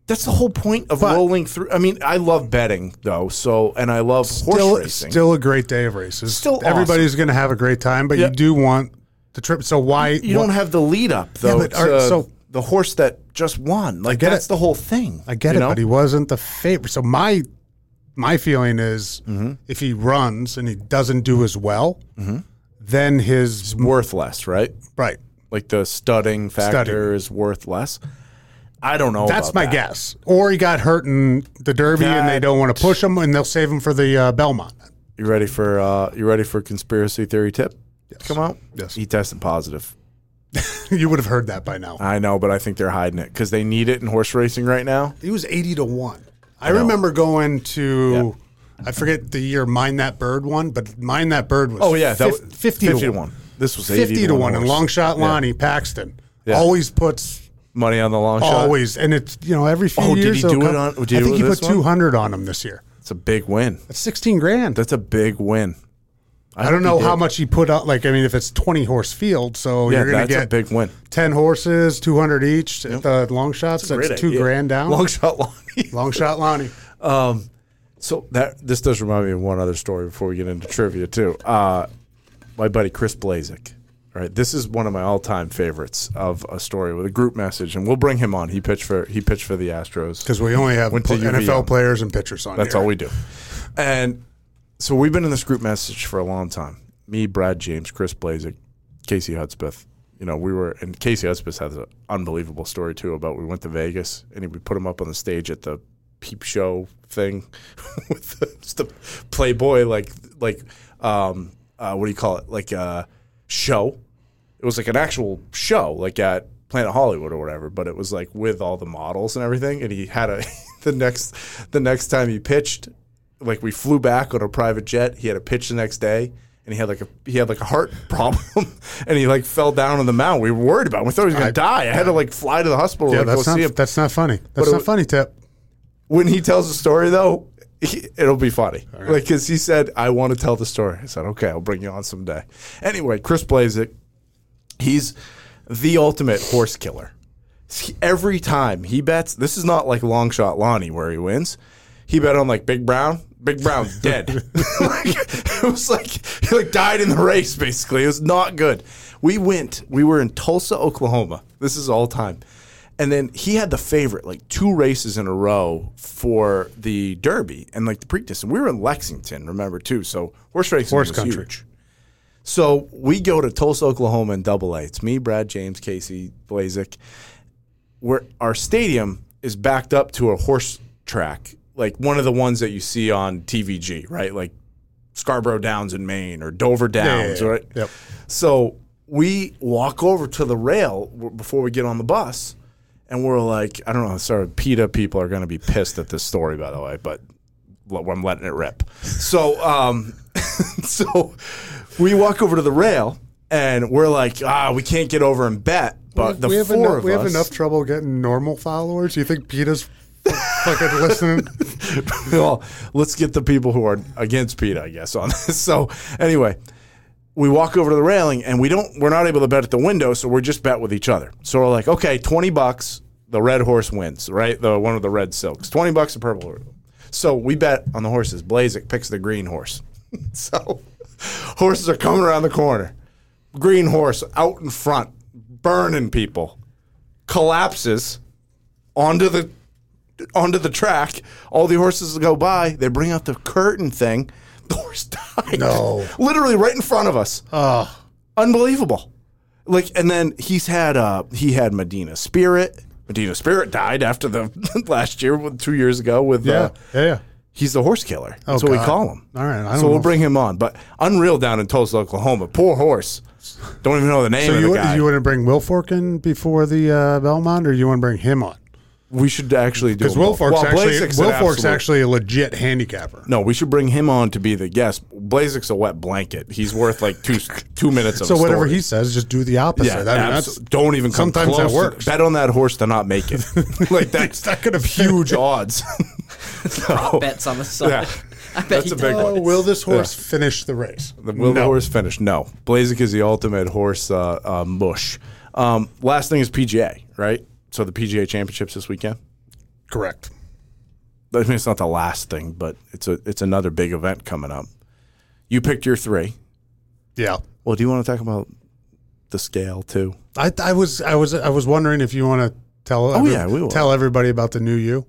Speaker 5: That's the whole point of
Speaker 4: But-
Speaker 5: rolling through. I mean, I love betting though. So and I love horse
Speaker 4: still,
Speaker 5: racing.
Speaker 4: still a great day of races.
Speaker 5: Still
Speaker 4: everybody's going to have a great time, but
Speaker 5: Yeah.
Speaker 4: you do want The trip. So why
Speaker 5: You
Speaker 4: why-
Speaker 5: don't have the lead up though.
Speaker 4: but are-
Speaker 5: to
Speaker 4: so-
Speaker 5: the horse that just won, like
Speaker 4: get
Speaker 5: that's
Speaker 4: it.
Speaker 5: the whole thing.
Speaker 4: I get it,
Speaker 5: you know?
Speaker 4: but he wasn't the favorite. So my my feeling is
Speaker 5: Mm-hmm.
Speaker 4: if he runs and he doesn't do as well, then his
Speaker 5: worth less, right?
Speaker 4: right.
Speaker 5: Like the studding factor
Speaker 4: Studding.
Speaker 5: is worth less. I don't know.
Speaker 4: That's
Speaker 5: about
Speaker 4: my
Speaker 5: that.
Speaker 4: guess. Or he got hurt in the Derby and they
Speaker 5: That-
Speaker 4: don't want to push him and they'll save him for the uh, Belmont. [LAUGHS]
Speaker 5: You ready for uh, you ready for conspiracy theory tip? to Come out.
Speaker 4: Yes.
Speaker 5: He tested positive.
Speaker 4: you would have heard that by now.
Speaker 5: I know, but I think they're hiding it because they need it in horse racing right now.
Speaker 4: He was 80 to 1. I, remember going to, I forget the year Mind That Bird won, but Mind That Bird was
Speaker 5: Oh yeah, that
Speaker 4: fif-
Speaker 5: was
Speaker 4: 50, to 1.
Speaker 5: This was
Speaker 4: 50 to 1. And
Speaker 5: horse.
Speaker 4: long shot
Speaker 5: Yeah.
Speaker 4: Lonnie Paxton
Speaker 5: Yeah.
Speaker 4: always puts
Speaker 5: money on the long shot.
Speaker 4: Always, and it's you know every few
Speaker 5: Oh, did
Speaker 4: years.
Speaker 5: he
Speaker 4: they'll
Speaker 5: do it
Speaker 4: come-
Speaker 5: on- did he
Speaker 4: I
Speaker 5: do
Speaker 4: think
Speaker 5: it
Speaker 4: he
Speaker 5: this
Speaker 4: put
Speaker 5: one?
Speaker 4: two hundred on him this year.
Speaker 5: It's a big win.
Speaker 4: That's sixteen grand.
Speaker 5: That's a big win.
Speaker 4: I
Speaker 5: hope
Speaker 4: don't
Speaker 5: he
Speaker 4: know how
Speaker 5: did.
Speaker 4: much he put up. Like I mean, if it's twenty horse field, so
Speaker 5: Yeah,
Speaker 4: you're going to
Speaker 5: that's a
Speaker 4: get
Speaker 5: big win.
Speaker 4: Ten horses, two hundred each. at The long shots. That's
Speaker 5: Great
Speaker 4: two
Speaker 5: idea.
Speaker 4: grand down.
Speaker 5: Long
Speaker 4: Long,
Speaker 5: shot Lonnie.
Speaker 4: shot, Lonnie.
Speaker 5: So that this does remind me of one other story before we get into trivia too. Uh, my buddy Chris Blazik. Right, this is one of my all-time favorites of a story with a group message, and we'll bring him on. He pitched for he pitched for the Astros
Speaker 4: Because we only have
Speaker 5: Went to
Speaker 4: pl- NFL
Speaker 5: UVM.
Speaker 4: players and pitchers on.
Speaker 5: That's
Speaker 4: here.
Speaker 5: all we do. And so we've been in this group message for a long time. Me, Brad James, Chris Blazik, Casey Hudspeth. You know, we were, and Casey Hudspeth has an unbelievable story too about we went to Vegas and we put him up on the stage at the peep show thing [LAUGHS] with the, it's the Playboy, like, like, um, uh, what do you call it? Like a show. It was like an actual show, like at Planet Hollywood or whatever, but it was like with all the models and everything. And he had a, [LAUGHS] the next, the next time he pitched, like we flew back on a private jet. He had a pitch the next day, and he had like a he had like a heart [LAUGHS] problem, and he like fell down on the mound. We were worried about him. We thought he was gonna
Speaker 4: I-
Speaker 5: die. I had to like fly to the hospital.
Speaker 4: Yeah,
Speaker 5: like,
Speaker 4: that's
Speaker 5: go see him.
Speaker 4: not that's not funny. That's
Speaker 5: it
Speaker 4: not
Speaker 5: wa-
Speaker 4: funny. Tip.
Speaker 5: when he tells the story though, he, it'll be funny. Like 'cause Like because he said, "I want to tell the story." I said, "Okay, I'll bring you on someday." Anyway, Chris Blazik, he's the ultimate horse killer. He- Every time he bets, this is not like long shot Lonnie where he wins. He bet on like Big Brown. Big Brown's
Speaker 4: [LAUGHS]
Speaker 5: dead. [LAUGHS] like, it was like he like died in the race. Basically, it was not good. We went. We were in Tulsa, Oklahoma. This is all time. And then he had the favorite, like two races in a row for the Derby and like the Preakness. And we were in Lexington, remember too. So horse racing
Speaker 4: Horse
Speaker 5: was
Speaker 4: country.
Speaker 5: huge. So we go to Tulsa, Oklahoma in double A. It's me, Brad James, Casey Blazik. Where our stadium is backed up to a horse track, like one of the ones that you see on TVG, right? Like Scarborough Downs in Maine or Dover Downs,
Speaker 4: yeah, yeah.
Speaker 5: right?
Speaker 4: Yep.
Speaker 5: So we walk over to the rail w- before we get on the bus, and we're like, I don't know. Sorry, PETA people are going to be pissed at this story, by the way, but l- I'm letting it rip. So, um, [LAUGHS] so we walk over to the rail, and we're like, ah, we can't get over and bet. But the
Speaker 4: we have
Speaker 5: four
Speaker 4: enough,
Speaker 5: of
Speaker 4: we
Speaker 5: us,
Speaker 4: have enough trouble getting normal followers. You think Peta's [LAUGHS] fucking listening?
Speaker 5: [LAUGHS] well, let's get the people who are against PETA, I guess, on this. So anyway, we walk over to the railing and we don't we're not able to bet at the window, so we're just bet with each other. So we're like, okay, twenty bucks, the red horse wins, right? The one with the red silks. Twenty bucks the purple horse. So we bet on the horses. Blazik picks the green horse. [LAUGHS] so horses are coming around the corner. Green horse out in front, burning people, collapses onto the onto the track. All the horses go by. They bring out the curtain thing. [LAUGHS] The horse died.
Speaker 4: No.
Speaker 5: literally right in front of us. unbelievable. Like, and then he's had uh he had Medina Spirit. Medina Spirit died after the [LAUGHS] last year, with- two years ago. With
Speaker 4: Yeah,
Speaker 5: uh,
Speaker 4: yeah, yeah.
Speaker 5: he's the horse killer. That's what we
Speaker 4: Oh, God.
Speaker 5: call him.
Speaker 4: All right, I
Speaker 5: so
Speaker 4: don't
Speaker 5: we'll
Speaker 4: know.
Speaker 5: bring him on. But unreal down in Tulsa, Oklahoma. Poor horse. Don't even know the name
Speaker 4: So
Speaker 5: of
Speaker 4: you
Speaker 5: the guy.
Speaker 4: you want to bring Wilfork in before the uh, Belmont, or you want to bring him on?
Speaker 5: we should actually do
Speaker 4: Because
Speaker 5: them both.
Speaker 4: Wilfork's
Speaker 5: Well,
Speaker 4: actually
Speaker 5: Blazek's an
Speaker 4: Wilfork's
Speaker 5: absolute-
Speaker 4: actually a legit handicapper.
Speaker 5: No, we should bring him on to be the guest. Blazik's a wet blanket. He's worth like two two minutes of
Speaker 4: So
Speaker 5: a
Speaker 4: whatever
Speaker 5: story.
Speaker 4: he says, just do the opposite.
Speaker 5: yeah,
Speaker 4: I mean, that's-
Speaker 5: abso- don't even come
Speaker 4: sometimes
Speaker 5: close
Speaker 4: that
Speaker 5: to-
Speaker 4: works.
Speaker 5: bet on that horse to not make
Speaker 4: [LAUGHS]
Speaker 5: it. like that's
Speaker 4: that could have
Speaker 5: huge odds. [LAUGHS] So-
Speaker 6: Bets on the side.
Speaker 5: Yeah.
Speaker 6: [LAUGHS] I bet
Speaker 5: That's
Speaker 6: he
Speaker 5: a big
Speaker 6: does.
Speaker 5: one.
Speaker 4: Oh, will this horse finish the race?
Speaker 5: The- Will the
Speaker 4: No.
Speaker 5: horse finish? No. Blazik is the ultimate horse uh, uh, mush. Um, last thing is PGA, right? So the PGA Championships this weekend.
Speaker 4: Correct.
Speaker 5: I mean, it's not the last thing, but it's a it's another big event coming up. You picked your three.
Speaker 4: Yeah.
Speaker 5: Well, do you want to talk about the scale too.
Speaker 4: I, I was I was I was wondering if you want to tell
Speaker 5: Oh, yeah, we will.
Speaker 4: tell everybody about the new you.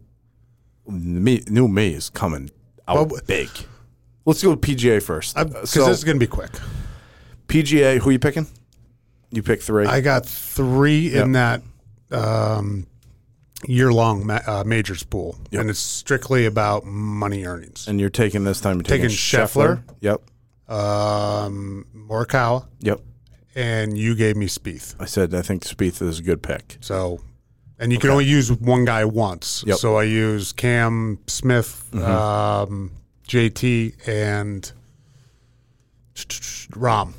Speaker 5: Me, new me is coming out
Speaker 4: Well,
Speaker 5: big. Let's go with PGA first. Uh,
Speaker 4: Because
Speaker 5: so
Speaker 4: this is going to be quick.
Speaker 5: PGA, who you picking? You pick three.
Speaker 4: I got three in that um, year long ma- uh, majors pool, and it's strictly about money earnings.
Speaker 5: and you're taking this time. You're taking,
Speaker 4: Taking Scheffler.
Speaker 5: Yep.
Speaker 4: Um, Morikawa,
Speaker 5: Yep.
Speaker 4: and you gave me Spieth.
Speaker 5: I said I think Spieth is a good pick.
Speaker 4: So, and you can only use one guy once.
Speaker 5: Yep. Mm-hmm.
Speaker 4: So I use Cam Smith, um, JT, and Rom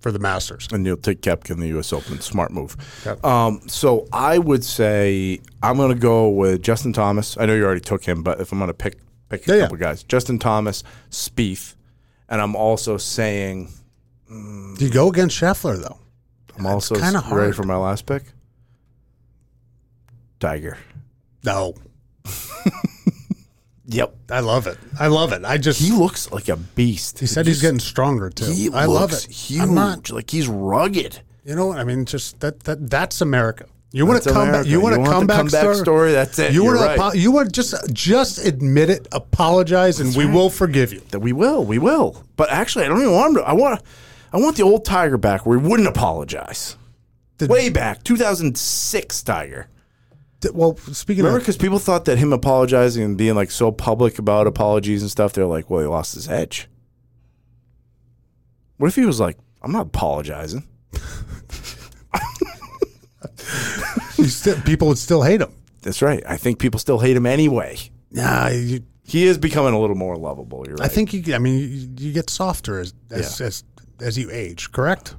Speaker 4: for the Masters.
Speaker 5: Mm-hmm. and you'll take Kepka in the U.S. Open. Smart move. Um, so I would say I'm going to go with Justin Thomas. I know you already took him, but if I'm going to pick pick a
Speaker 4: Yeah, yeah.
Speaker 5: couple guys, Justin Thomas, Spieth, and I'm also saying
Speaker 4: Do you go against Scheffler though?
Speaker 5: I'm also
Speaker 4: kinda
Speaker 5: s- ready
Speaker 4: hard.
Speaker 5: for my last pick. Tiger.
Speaker 4: No,
Speaker 5: [LAUGHS] Yep,
Speaker 4: I love it. I love it. I just
Speaker 5: he looks like a beast.
Speaker 4: He said he's getting stronger too.
Speaker 5: He
Speaker 4: I love
Speaker 5: looks
Speaker 4: it.
Speaker 5: huge.
Speaker 4: I'm not,
Speaker 5: Like he's rugged.
Speaker 4: you know, what I mean, just that that that's America. You want
Speaker 5: That's
Speaker 4: to come back?
Speaker 5: America.
Speaker 4: You want
Speaker 5: You
Speaker 4: to
Speaker 5: want the
Speaker 4: come back
Speaker 5: comeback
Speaker 4: story?
Speaker 5: story? That's it.
Speaker 4: You
Speaker 5: You're
Speaker 4: want
Speaker 5: right.
Speaker 4: to? You want just just admit it, apologize, and we will forgive you.
Speaker 5: That we will, we will. But actually, I don't even want him to. I want, I want the old Tiger back where he wouldn't apologize.
Speaker 4: Did-
Speaker 5: Way back, 2006 Tiger.
Speaker 4: d- well, speaking
Speaker 5: Remember,
Speaker 4: of,
Speaker 5: because people thought that him apologizing and being like so public about apologies and stuff, they're like, well, he lost his edge. What if he was like, I'm not apologizing?
Speaker 4: you still, people would still hate him.
Speaker 5: That's right. I think people still hate him anyway.
Speaker 4: Nah, you,
Speaker 5: He is becoming a little more lovable. You're right.
Speaker 4: I think you. I mean, you, you get softer as as,
Speaker 5: Yeah.
Speaker 4: as as you age. Correct.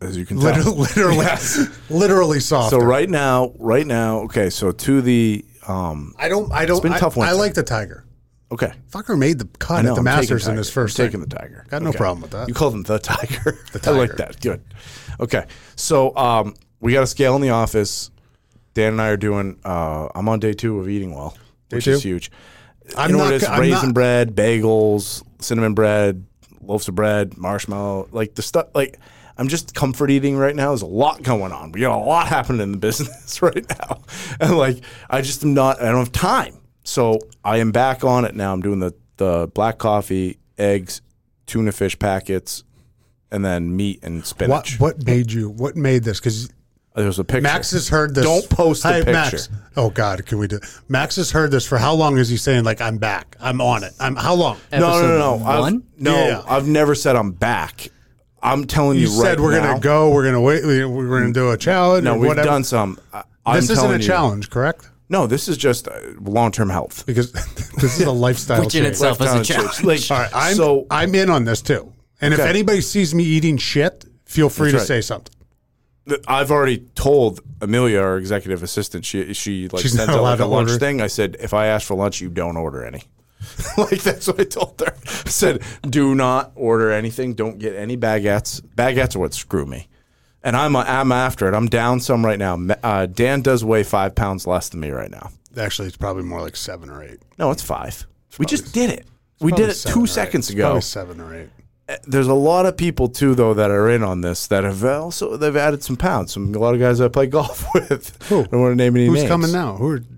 Speaker 5: as you can tell.
Speaker 4: Literally, [LAUGHS] literally, literally softer.
Speaker 5: So right now, right now, okay. So to the, um,
Speaker 4: I don't. I don't.
Speaker 5: been
Speaker 4: I,
Speaker 5: tough one
Speaker 4: I
Speaker 5: time.
Speaker 4: like the tiger.
Speaker 5: okay.
Speaker 4: Fucker made the cut at the
Speaker 5: I'm taking
Speaker 4: Masters in
Speaker 5: Tiger.
Speaker 4: his 1st
Speaker 5: I'm taking the tiger.
Speaker 4: Got no problem with that.
Speaker 5: You called him
Speaker 4: [LAUGHS]
Speaker 5: the tiger.
Speaker 4: The
Speaker 5: I like
Speaker 4: tiger.
Speaker 5: that. Good. Okay. So um, we got a scale in the office. Dan and I are doing. Uh, I'm on day two of eating well, which is
Speaker 4: two?
Speaker 5: huge.
Speaker 4: I'm
Speaker 5: you know
Speaker 4: not
Speaker 5: what it is?
Speaker 4: go- I'm
Speaker 5: Raisin
Speaker 4: not-
Speaker 5: bread, bagels, cinnamon bread, loaves of bread, marshmallow, like the stuff. Like I'm just comfort eating right now. There's a lot going on. We got a lot [LAUGHS] happening in the business [LAUGHS] right now, and like I just am not. I don't have time. So I am back on it now. I'm doing the the black coffee, eggs, tuna fish packets, and then meat and
Speaker 4: What
Speaker 5: spinach.
Speaker 4: what made you? What made this? Because
Speaker 5: There's a picture.
Speaker 4: Max has heard this.
Speaker 5: Don't post the
Speaker 4: Hey,
Speaker 5: picture.
Speaker 4: Max. Oh God, can we do? Max has heard this for how long? Is he saying like I'm back? I'm on it. I'm how long?
Speaker 5: No, no,
Speaker 6: Episode
Speaker 5: no, no. I've-
Speaker 6: one?
Speaker 5: no,
Speaker 4: Yeah.
Speaker 5: I've never said I'm back. I'm telling you,
Speaker 4: You said
Speaker 5: right
Speaker 4: we're
Speaker 5: now-
Speaker 4: gonna go. We're gonna wait. we- We're gonna do a challenge.
Speaker 5: No,
Speaker 4: or
Speaker 5: we've
Speaker 4: whatever.
Speaker 5: done some. I, I'm
Speaker 4: This isn't
Speaker 5: telling
Speaker 4: a
Speaker 5: you-
Speaker 4: challenge, correct?
Speaker 5: No, this is just uh, long-term health.
Speaker 4: Because [LAUGHS] this
Speaker 5: [LAUGHS]
Speaker 4: is a lifestyle
Speaker 6: Which in
Speaker 4: change.
Speaker 6: itself is a
Speaker 5: Lifetime
Speaker 6: challenge.
Speaker 5: Like,
Speaker 4: All right, I'm
Speaker 5: so
Speaker 4: I'm in on this too. And if
Speaker 5: Okay.
Speaker 4: anybody sees me eating shit, feel free to
Speaker 5: That's right.
Speaker 4: say something.
Speaker 5: th- I've already told Amelia, our executive assistant, she she like
Speaker 4: She's
Speaker 5: sends
Speaker 4: not
Speaker 5: out like
Speaker 4: allowed
Speaker 5: a
Speaker 4: to
Speaker 5: lunch
Speaker 4: order.
Speaker 5: thing. I said, if I ask for lunch, you don't order any. [LAUGHS] like that's what I told her. I said, do not order anything. Don't get any baguettes. Baguettes are what screw me. And I'm I'm after it. I'm down some right now. Ma- Uh, Dan does weigh five pounds less than me right now.
Speaker 4: Actually, it's probably more like seven or eight.
Speaker 5: No, it's five. we just did it. We
Speaker 4: Probably
Speaker 5: did it
Speaker 4: seven or
Speaker 5: two
Speaker 4: eight.
Speaker 5: seconds
Speaker 4: It's
Speaker 5: ago.
Speaker 4: Probably seven or eight.
Speaker 5: there's a lot of people too though that are in on this that have also they've added some pounds. Some a lot of guys I play [LAUGHS] golf with.
Speaker 4: Who?
Speaker 5: I don't want to name any
Speaker 4: Who's
Speaker 5: names.
Speaker 4: coming now? Who are? [LAUGHS]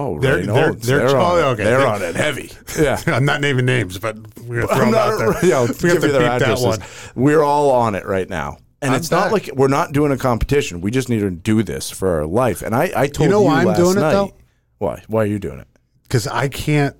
Speaker 5: Oh,
Speaker 4: They're-
Speaker 5: they're
Speaker 4: they're-
Speaker 5: they're,
Speaker 4: they're-
Speaker 5: on,
Speaker 4: oh,
Speaker 5: it.
Speaker 4: okay.
Speaker 5: they're
Speaker 4: They're-
Speaker 5: on
Speaker 4: [LAUGHS]
Speaker 5: it heavy. Yeah.
Speaker 4: I'm not naming names, but we're gonna throw them out there.
Speaker 5: [LAUGHS] Yeah, I'll
Speaker 4: we have
Speaker 5: give
Speaker 4: to
Speaker 5: you
Speaker 4: beat
Speaker 5: their
Speaker 4: that
Speaker 5: addresses.
Speaker 4: one.
Speaker 5: We're all on it right now. And
Speaker 4: I'm
Speaker 5: it's not
Speaker 4: back.
Speaker 5: like we're not doing a competition. We just need to do this for our life. And I, I told
Speaker 4: know why I'm
Speaker 5: last
Speaker 4: doing it,
Speaker 5: night-
Speaker 4: though?
Speaker 5: Why? Why are you doing it?
Speaker 4: because I can't.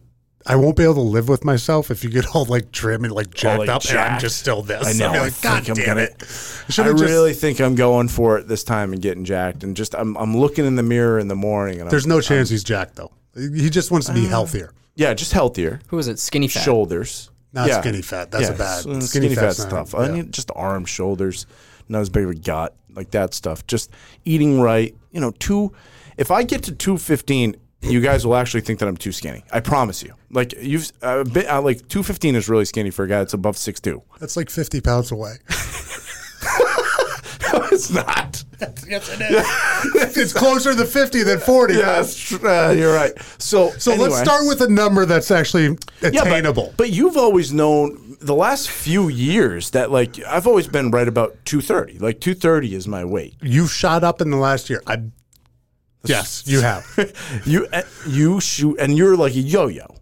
Speaker 4: I won't be able to live with myself if you get all like trim and like jacked
Speaker 5: like,
Speaker 4: up, and I'm
Speaker 5: jacked.
Speaker 4: just still this.
Speaker 5: I know,
Speaker 4: I'll be
Speaker 5: I
Speaker 4: like, God
Speaker 5: think I'm
Speaker 4: damn
Speaker 5: gonna-
Speaker 4: it!
Speaker 5: I
Speaker 4: Should've just-
Speaker 5: really think I'm going for it this time and getting jacked. And just I'm, I'm looking in the mirror in the morning. And
Speaker 4: There's
Speaker 5: I'm, Uh,
Speaker 4: no chance he's jacked though. He just wants to be healthier,
Speaker 5: yeah, just healthier.
Speaker 6: Who is it? Skinny fat.
Speaker 5: shoulders, Mm,
Speaker 4: not skinny fat. That's a bad
Speaker 5: skinny,
Speaker 4: skinny,
Speaker 5: fat
Speaker 4: fat's not-
Speaker 5: stuff. I
Speaker 4: yeah.
Speaker 5: need just arm, shoulders, not as big of a gut, like that stuff. Just eating right. You know, two. If I get to two fifteen, you guys will actually think that I'm too skinny. I promise you. Like you've uh, been, uh, like two fifteen is really skinny for a guy that's above six two. [LAUGHS]
Speaker 4: That's like 50 pounds away. [LAUGHS]
Speaker 5: it's not.
Speaker 4: yes, it is. [LAUGHS] it's closer to 50 than 40.
Speaker 5: Yes, uh, you're right. So,
Speaker 4: So let's start with a number that's actually attainable.
Speaker 5: But, but you've always known the last few years that like I've always been right about two thirty. Like two thirty is my weight.
Speaker 4: You've shot up in the last year. I, yes, you
Speaker 5: [LAUGHS]
Speaker 4: have.
Speaker 5: You uh, you shoot and you're like a yo-yo,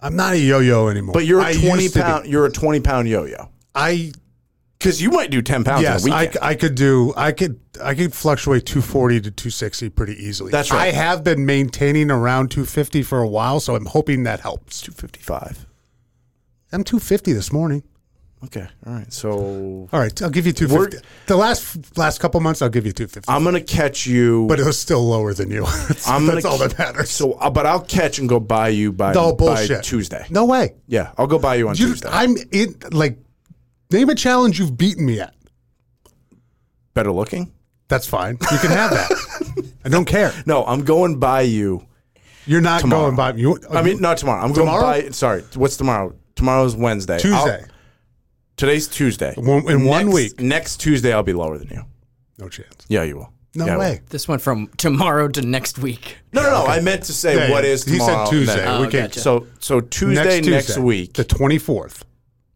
Speaker 4: I'm not a yo-yo anymore.
Speaker 5: but you're a
Speaker 4: I
Speaker 5: twenty
Speaker 4: used to be.
Speaker 5: pound. You're a twenty pound yo-yo
Speaker 4: I
Speaker 5: because you might do ten pounds
Speaker 4: yes,
Speaker 5: in a
Speaker 4: I,
Speaker 5: weekend.
Speaker 4: I could do. I could I could fluctuate 240 to 260 pretty easily.
Speaker 5: That's right.
Speaker 4: I have been maintaining around 250 for a while, so I'm hoping that helps.
Speaker 5: Two fifty-five.
Speaker 4: I'm 250 this morning.
Speaker 5: Okay, all
Speaker 4: [LAUGHS]
Speaker 5: right. So
Speaker 4: All right, I'll give you 250. the last last couple months, I'll give you 250,
Speaker 5: I'm gonna catch you.
Speaker 4: but it was still lower than you. [LAUGHS] that's
Speaker 5: I'm
Speaker 4: that's
Speaker 5: gonna
Speaker 4: all that
Speaker 5: ke-
Speaker 4: matters.
Speaker 5: So, uh, but I'll catch and go buy you by,
Speaker 4: no
Speaker 5: by
Speaker 4: bullshit.
Speaker 5: Tuesday.
Speaker 4: No way.
Speaker 5: Yeah, I'll go buy you on
Speaker 4: You,
Speaker 5: Tuesday.
Speaker 4: I'm in like name a challenge you've beaten me at.
Speaker 5: Better looking?
Speaker 4: That's fine. You can have that. I don't care.
Speaker 5: No, I'm going by you.
Speaker 4: You're not
Speaker 5: Tomorrow.
Speaker 4: going by me. You,
Speaker 5: I mean, not tomorrow. I'm
Speaker 4: Tomorrow?
Speaker 5: going by. Sorry, what's tomorrow? Tomorrow's Wednesday. I'll-
Speaker 4: Tuesday.
Speaker 5: today's Tuesday.
Speaker 4: One- in one
Speaker 5: Next-
Speaker 4: week.
Speaker 5: Next Tuesday, I'll be lower than you.
Speaker 4: no chance.
Speaker 5: Yeah, you will.
Speaker 4: No
Speaker 5: Yeah, I will.
Speaker 4: way.
Speaker 6: This went from tomorrow to next week.
Speaker 5: No, no, no. I meant to say
Speaker 4: Yeah,
Speaker 5: what
Speaker 4: yeah.
Speaker 5: is
Speaker 4: He said
Speaker 5: tomorrow. and
Speaker 4: Tuesday.
Speaker 5: then-
Speaker 4: Oh, We can't-
Speaker 6: gotcha.
Speaker 5: So, so Tuesday next, week,
Speaker 4: the twenty fourth.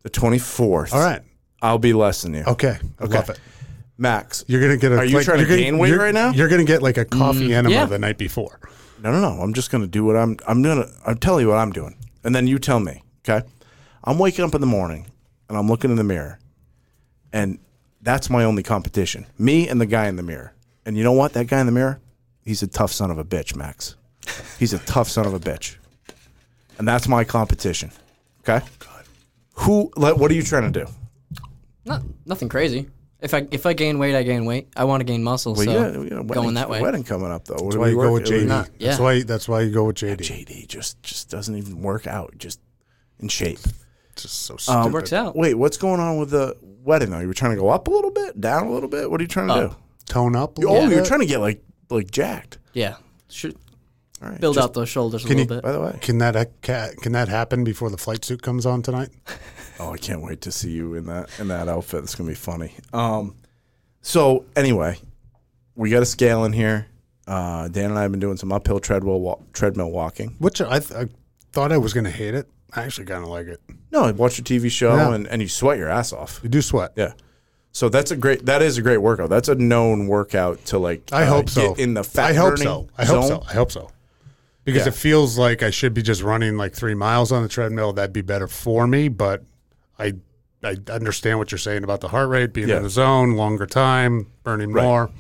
Speaker 5: the 24th.
Speaker 4: All right.
Speaker 5: I'll be less than you.
Speaker 4: Okay. I
Speaker 5: Okay.
Speaker 4: love it.
Speaker 5: Max.
Speaker 4: You're gonna get a.
Speaker 5: Are you
Speaker 4: like,
Speaker 5: trying
Speaker 4: you're
Speaker 5: to
Speaker 4: gonna-
Speaker 5: gain weight
Speaker 4: you're-
Speaker 5: right now?
Speaker 4: You're gonna get like a coffee enema
Speaker 6: yeah.
Speaker 4: the night before.
Speaker 5: No, no, no. I'm just going to do what I'm. I'm gonna. I'm telling you what I'm doing, and then you tell me. Okay. I'm waking up in the morning, and I'm looking in the mirror, and that's my only competition. Me and the guy in the mirror. And you know what? That guy in the mirror, he's a tough son of a bitch, Max. He's a tough son of a bitch, and that's my competition. Okay. Who? Like, what are you trying to do?
Speaker 6: Not nothing crazy. If I if I gain weight, I gain weight. I want to gain muscle,
Speaker 5: Well,
Speaker 6: so
Speaker 5: yeah, you know,
Speaker 6: going that way.
Speaker 5: Wedding coming up though. What
Speaker 4: That's
Speaker 5: do
Speaker 4: why
Speaker 5: we
Speaker 4: you go
Speaker 5: work-
Speaker 4: with JD.
Speaker 6: Not- yeah.
Speaker 4: That's why. That's why you go with JD.
Speaker 5: JD just just doesn't even work out. Just in shape.
Speaker 4: It's just so stupid.
Speaker 6: It works out.
Speaker 5: Wait, what's going on with the wedding though? You were trying to go up a little bit, down a little bit. What are you trying to do?
Speaker 4: Tone up. a
Speaker 5: You- Oh,
Speaker 4: little
Speaker 5: you're
Speaker 4: bit.
Speaker 5: trying to get like like jacked.
Speaker 6: Yeah, should
Speaker 5: All right,
Speaker 6: build
Speaker 5: just-
Speaker 6: out those shoulders a
Speaker 4: Can
Speaker 6: little
Speaker 4: you-
Speaker 6: bit.
Speaker 5: By the way,
Speaker 4: Can that ha- ca- can that happen before the flight suit comes on tonight?
Speaker 5: oh, I can't wait to see you in that in that outfit. It's gonna be funny. Um, so anyway, we got a scale in here. Uh, Dan and I have been doing some uphill treadmill wa- treadmill walking.
Speaker 4: Which I, th- I thought I was going to hate it. I actually kind of like it.
Speaker 5: No, I watch a TV show
Speaker 4: Yeah.
Speaker 5: and and you sweat your ass off.
Speaker 4: You do sweat.
Speaker 5: Yeah. So that's a great. That is a great workout. That's a known workout to like.
Speaker 4: I
Speaker 5: uh,
Speaker 4: hope so.
Speaker 5: Get in the fat.
Speaker 4: I hope
Speaker 5: burning
Speaker 4: so. I hope
Speaker 5: zone.
Speaker 4: so. I hope so. Because
Speaker 5: Yeah.
Speaker 4: it feels like I should be just running like three miles on the treadmill. That'd be better for me. But I I understand what you're saying about the heart rate being
Speaker 5: Yeah.
Speaker 4: in the zone, longer time, burning
Speaker 5: Right.
Speaker 4: more.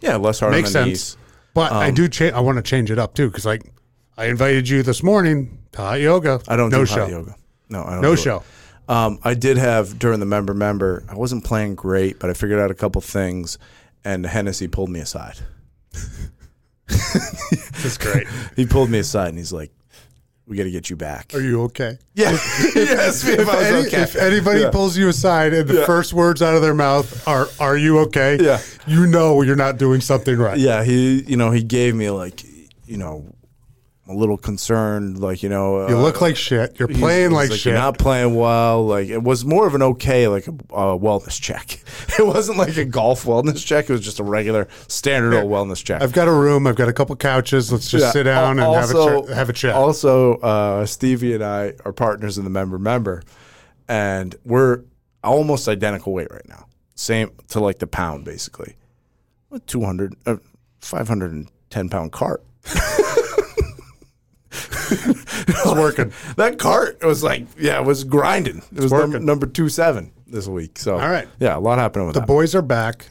Speaker 5: Yeah, less hard
Speaker 4: Makes
Speaker 5: on the
Speaker 4: sense.
Speaker 5: knees. Um,
Speaker 4: But I do. Cha- I want to change it up too. Because like I invited you this morning to hot yoga.
Speaker 5: I don't
Speaker 4: no
Speaker 5: do
Speaker 4: show.
Speaker 5: hot yoga. No, I don't.
Speaker 4: No
Speaker 5: do it.
Speaker 4: show.
Speaker 5: Um, I did have during the member member. I wasn't playing great, but I figured out a couple things, and Hennessy pulled me aside.
Speaker 4: That's
Speaker 5: [LAUGHS]
Speaker 4: great.
Speaker 5: He pulled me aside, and he's like, "We got to get you back."
Speaker 4: Are you okay?
Speaker 5: [LAUGHS]
Speaker 4: [LAUGHS]
Speaker 5: yeah. yes. If,
Speaker 4: If, any- if anybody
Speaker 5: Yeah.
Speaker 4: pulls you aside and the
Speaker 5: Yeah.
Speaker 4: first words out of their mouth are "Are you okay?"
Speaker 5: Yeah.
Speaker 4: you know you're not doing something right.
Speaker 5: yeah, he, you know, he gave me like, you know, I'm a little concerned, like, you know,
Speaker 4: You
Speaker 5: uh,
Speaker 4: look like shit. You're
Speaker 5: he's-
Speaker 4: playing
Speaker 5: he's
Speaker 4: like, shit.
Speaker 5: You're not playing well. Like it was more of an okay, like a uh, wellness check. [LAUGHS] It wasn't like a golf wellness check. It was just a regular standard old wellness check.
Speaker 4: I've got a room. I've got a couple couches. Let's just
Speaker 5: Yeah.
Speaker 4: sit down and
Speaker 5: Al-
Speaker 4: have a ch- have a chat.
Speaker 5: Also, uh, Stevie and I are partners in the member member, and we're almost identical weight right now, same to like the pound basically, a 200, uh, 510 pound cart. [LAUGHS] it's working. That cart was like, yeah, it was grinding. It was num-
Speaker 4: working.
Speaker 5: number two seven this week. So
Speaker 4: All right.
Speaker 5: yeah, a lot happening with
Speaker 4: the
Speaker 5: that.
Speaker 4: boys are back,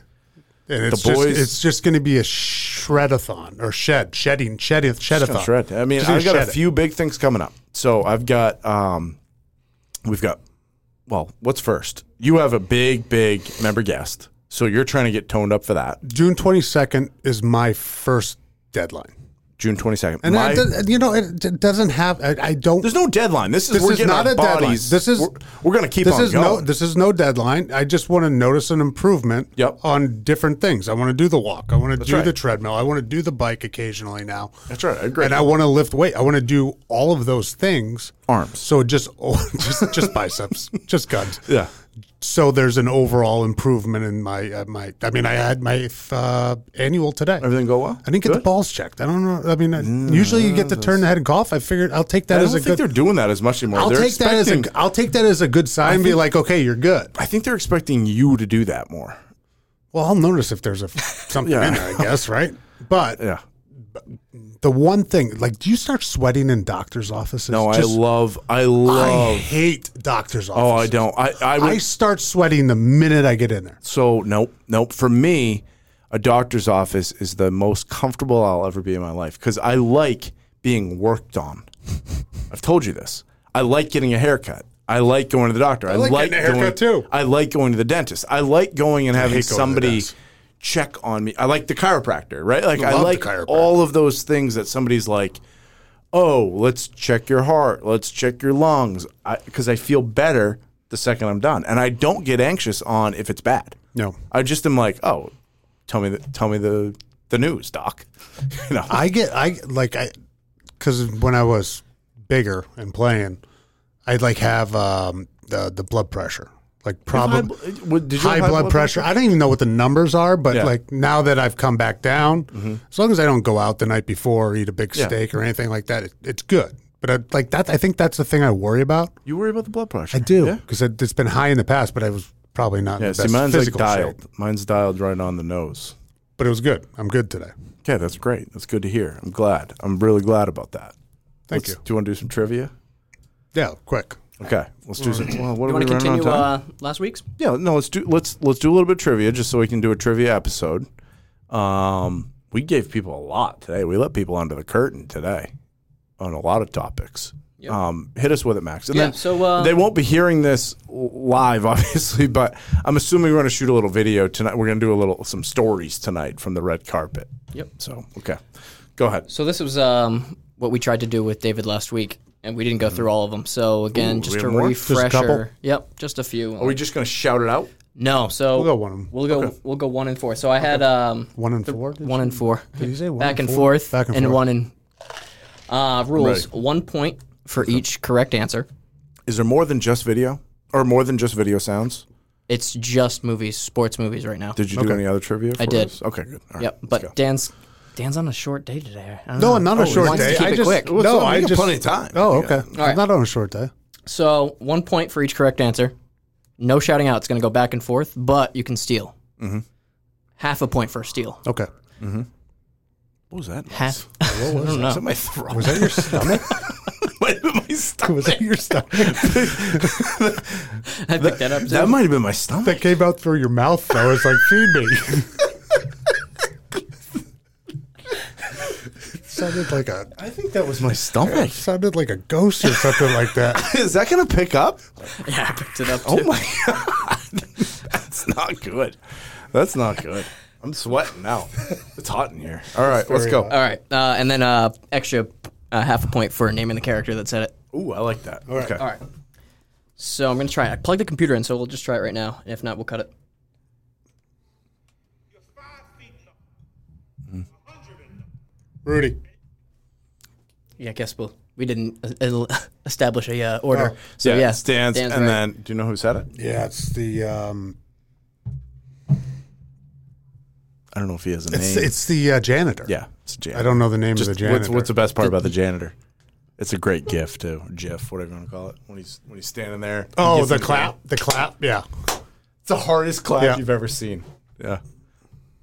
Speaker 4: and it's
Speaker 5: boys-
Speaker 4: just it's just going to be a shredathon or shed shedding shed shedathon.
Speaker 5: Just gonna shred. I mean,
Speaker 4: Just gonna
Speaker 5: I've got
Speaker 4: shed
Speaker 5: a
Speaker 4: it.
Speaker 5: few big things coming up. So I've got, um, we've got, well, what's first? You have a big, big member guest. So you're trying to get toned up for that.
Speaker 4: June twenty second is my first deadline,
Speaker 5: June 22nd.
Speaker 4: and
Speaker 5: My-
Speaker 4: I, did- you know it, it doesn't have. I, I don't.
Speaker 5: there's no deadline. This is,
Speaker 4: This
Speaker 5: we're
Speaker 4: is
Speaker 5: getting
Speaker 4: not
Speaker 5: our
Speaker 4: a deadline.
Speaker 5: bodies.
Speaker 4: This is-
Speaker 5: we're, we're going to keep
Speaker 4: this
Speaker 5: on
Speaker 4: is
Speaker 5: going.
Speaker 4: no this is no deadline. I just want to notice an improvement
Speaker 5: Yep.
Speaker 4: on different things. I want to do the walk. I want to do
Speaker 5: right.
Speaker 4: the treadmill. I want to do the bike occasionally now.
Speaker 5: That's right. I agree.
Speaker 4: And I want to lift weight. I want to do all of those things.
Speaker 5: Arms.
Speaker 4: [LAUGHS] So just oh, just just biceps, just guns.
Speaker 5: Yeah.
Speaker 4: so there's an overall improvement in my uh, my. I mean, I had my uh, annual today.
Speaker 5: Everything go well?
Speaker 4: I didn't get the
Speaker 5: Good. Mm,
Speaker 4: balls checked. I don't know. I mean, I, usually you get to turn the head and golf. I figured I'll take that
Speaker 5: I
Speaker 4: as
Speaker 5: don't
Speaker 4: a
Speaker 5: think
Speaker 4: good.
Speaker 5: they're doing that as much anymore.
Speaker 4: I'll
Speaker 5: they're
Speaker 4: take that as a.
Speaker 5: expecting-
Speaker 4: I'll take that as a good sign. and be
Speaker 5: think-
Speaker 4: like, okay, you're good.
Speaker 5: I think they're expecting you to do that more.
Speaker 4: Well, I'll notice if there's a
Speaker 5: [LAUGHS]
Speaker 4: something
Speaker 5: Yeah.
Speaker 4: in there. I guess right. But
Speaker 5: Yeah.
Speaker 4: the one thing, like, do you start sweating in doctors' offices?
Speaker 5: No,
Speaker 4: Just-
Speaker 5: I love. I
Speaker 4: I
Speaker 5: love.
Speaker 4: hate doctors'
Speaker 5: oh, I
Speaker 4: offices.
Speaker 5: don't. I I,
Speaker 4: I
Speaker 5: would,
Speaker 4: start sweating the minute I get in there.
Speaker 5: so nope nope. For me, a doctor's office is the most comfortable I'll ever be in my life because I like being worked on. [LAUGHS] I've told you this. I like getting a haircut. I like going to the doctor. I,
Speaker 4: like getting a haircut,
Speaker 5: going,
Speaker 4: too.
Speaker 5: I like going to the dentist. I like going and having
Speaker 4: hate going to the
Speaker 5: somebody
Speaker 4: dentist.
Speaker 5: check on me. I like the chiropractor, right? Like I
Speaker 4: Love the
Speaker 5: like
Speaker 4: chiropractor.
Speaker 5: all of those things that somebody's like, oh, let's check your heart, let's check your lungs, because I, feel better the second I'm done, and I don't get anxious on if it's bad.
Speaker 4: No.
Speaker 5: I just am like, oh, tell me the tell me the the news, doc. [LAUGHS] you know,
Speaker 4: I get I like I because when I was bigger and playing, I'd like have um, the the blood pressure like
Speaker 5: bl-
Speaker 4: probably
Speaker 5: what- did you have
Speaker 4: high, blood, pressure. I don't even know what the numbers are, but
Speaker 5: Yeah. Mm-hmm.
Speaker 4: like now that I've come back down, as long as I don't go out the night before or eat a big
Speaker 5: Yeah.
Speaker 4: steak or anything like that, it, it's good. But I, like that, I think that's the thing I worry about.
Speaker 5: You worry about the blood pressure.
Speaker 4: I do
Speaker 5: Yeah.
Speaker 4: because it, it's been high in the past, but I was probably not.
Speaker 5: Yeah,
Speaker 4: in the
Speaker 5: see,
Speaker 4: best
Speaker 5: mine's like
Speaker 4: physical
Speaker 5: dialed.
Speaker 4: shape.
Speaker 5: Mine's dialed right on the nose.
Speaker 4: but it was good. I'm good today.
Speaker 5: Okay, that's great. That's good to hear. I'm glad. I'm really glad about that.
Speaker 4: Thank you.
Speaker 5: Do you want to do some trivia?
Speaker 4: Yeah, quick.
Speaker 5: Okay, let's do some. Well, what
Speaker 6: You
Speaker 5: are we
Speaker 6: want to
Speaker 5: running on
Speaker 6: continue
Speaker 5: time?
Speaker 6: uh, last week's?
Speaker 5: yeah, no, let's do let's let's do a little bit of trivia just so we can do a trivia episode. Um, we gave people a lot today. We let people under the curtain today on a lot of topics. Um, hit us with it, Max. And
Speaker 6: Yeah,
Speaker 5: then
Speaker 6: so, uh,
Speaker 5: they won't be hearing this l- live, [LAUGHS] obviously, but I'm assuming we're going to shoot a little video tonight. We're going to do a little some stories tonight from the red carpet.
Speaker 6: Yep.
Speaker 5: So okay, go ahead.
Speaker 6: So this was um, what we tried to do with David last week, and we didn't go through all of them. So again,
Speaker 5: Ooh,
Speaker 6: just
Speaker 5: we
Speaker 6: a
Speaker 5: have more? Just a
Speaker 6: refresher.
Speaker 4: couple?
Speaker 6: Yep, just a few.
Speaker 5: Are we just going to shout it out?
Speaker 6: no, so
Speaker 4: We'll go one of 'em.
Speaker 6: We'll go. We'll go one and four. So I had um,
Speaker 4: One and four. did
Speaker 6: one
Speaker 4: you-
Speaker 6: and four.
Speaker 4: Did you say one
Speaker 6: back
Speaker 4: and
Speaker 6: and
Speaker 4: four?
Speaker 6: forth?
Speaker 4: Back and forth.
Speaker 6: one and uh, rules.
Speaker 5: Ready.
Speaker 6: One point for each correct answer.
Speaker 5: Is there more than just video or more than just video sounds?
Speaker 6: It's just movies, sports movies right now.
Speaker 5: Did you do any other trivia? For
Speaker 6: I did.
Speaker 5: us? Okay, good. All right,
Speaker 6: yep,
Speaker 5: let's
Speaker 6: but
Speaker 5: go.
Speaker 6: Dan's Dan's on a short day today. I don't
Speaker 4: No,
Speaker 6: know.
Speaker 4: I'm not
Speaker 5: Oh,
Speaker 4: a short
Speaker 5: wants to
Speaker 4: day.
Speaker 5: keep
Speaker 4: I
Speaker 5: it
Speaker 4: just,
Speaker 5: quick. Well,
Speaker 4: No,
Speaker 5: so we
Speaker 4: I
Speaker 5: got
Speaker 4: just
Speaker 5: plenty of time.
Speaker 4: Oh,
Speaker 5: We got-
Speaker 4: okay.
Speaker 6: All right.
Speaker 4: I'm not on a short day.
Speaker 6: So one point for each correct answer. No shouting out. It's going to go back and forth, but you can steal. Mm-hmm. Half a point for a steal.
Speaker 4: Okay.
Speaker 5: What was that?
Speaker 6: Half.
Speaker 5: I don't know. Is that my throat?
Speaker 4: Was
Speaker 5: [LAUGHS]
Speaker 4: that [LAUGHS] your stomach?
Speaker 5: might have been my stomach.
Speaker 4: was that [LAUGHS] your stomach?
Speaker 6: [LAUGHS] I picked that up. Too.
Speaker 5: That might have been my stomach.
Speaker 4: That came out through your mouth, though. It's like, feed me. [LAUGHS] sounded like a
Speaker 5: I think that was my stomach.
Speaker 4: sounded like a ghost or something like that.
Speaker 5: [LAUGHS] Is that going to pick up?
Speaker 6: yeah, I picked it up too.
Speaker 5: Oh my [LAUGHS] god, [LAUGHS] that's not good. That's not good. I'm sweating now. It's hot in here. All right, let's go.
Speaker 6: All right, uh, and then uh, extra uh, half a point for naming the character that said it.
Speaker 5: Ooh, I like that. okay.
Speaker 6: All right. So I'm going to try it. I plugged the computer in, so we'll just try it right now. And if not, we'll cut it.
Speaker 4: Rudy.
Speaker 6: Yeah, I guess we'll. We didn't uh, it'll [LAUGHS] establish a uh, order. So
Speaker 5: Yeah,
Speaker 6: yeah,
Speaker 5: it's Dan's, and
Speaker 6: right.
Speaker 5: then do you know who said it?
Speaker 4: Yeah, it's the um,
Speaker 5: I don't know if he has a
Speaker 4: it's
Speaker 5: name.
Speaker 4: it's the uh, janitor.
Speaker 5: yeah, it's a janitor.
Speaker 4: I don't know the name
Speaker 5: Just
Speaker 4: of the janitor.
Speaker 5: What's, what's the best part about the janitor? It's a great gift too, GIF, whatever you want to call it. When he's when he's standing there. he
Speaker 4: oh,
Speaker 5: gives
Speaker 4: the
Speaker 5: him
Speaker 4: clap, the clap. Yeah,
Speaker 5: It's the hardest clap
Speaker 4: Yeah.
Speaker 5: you've ever seen. Yeah.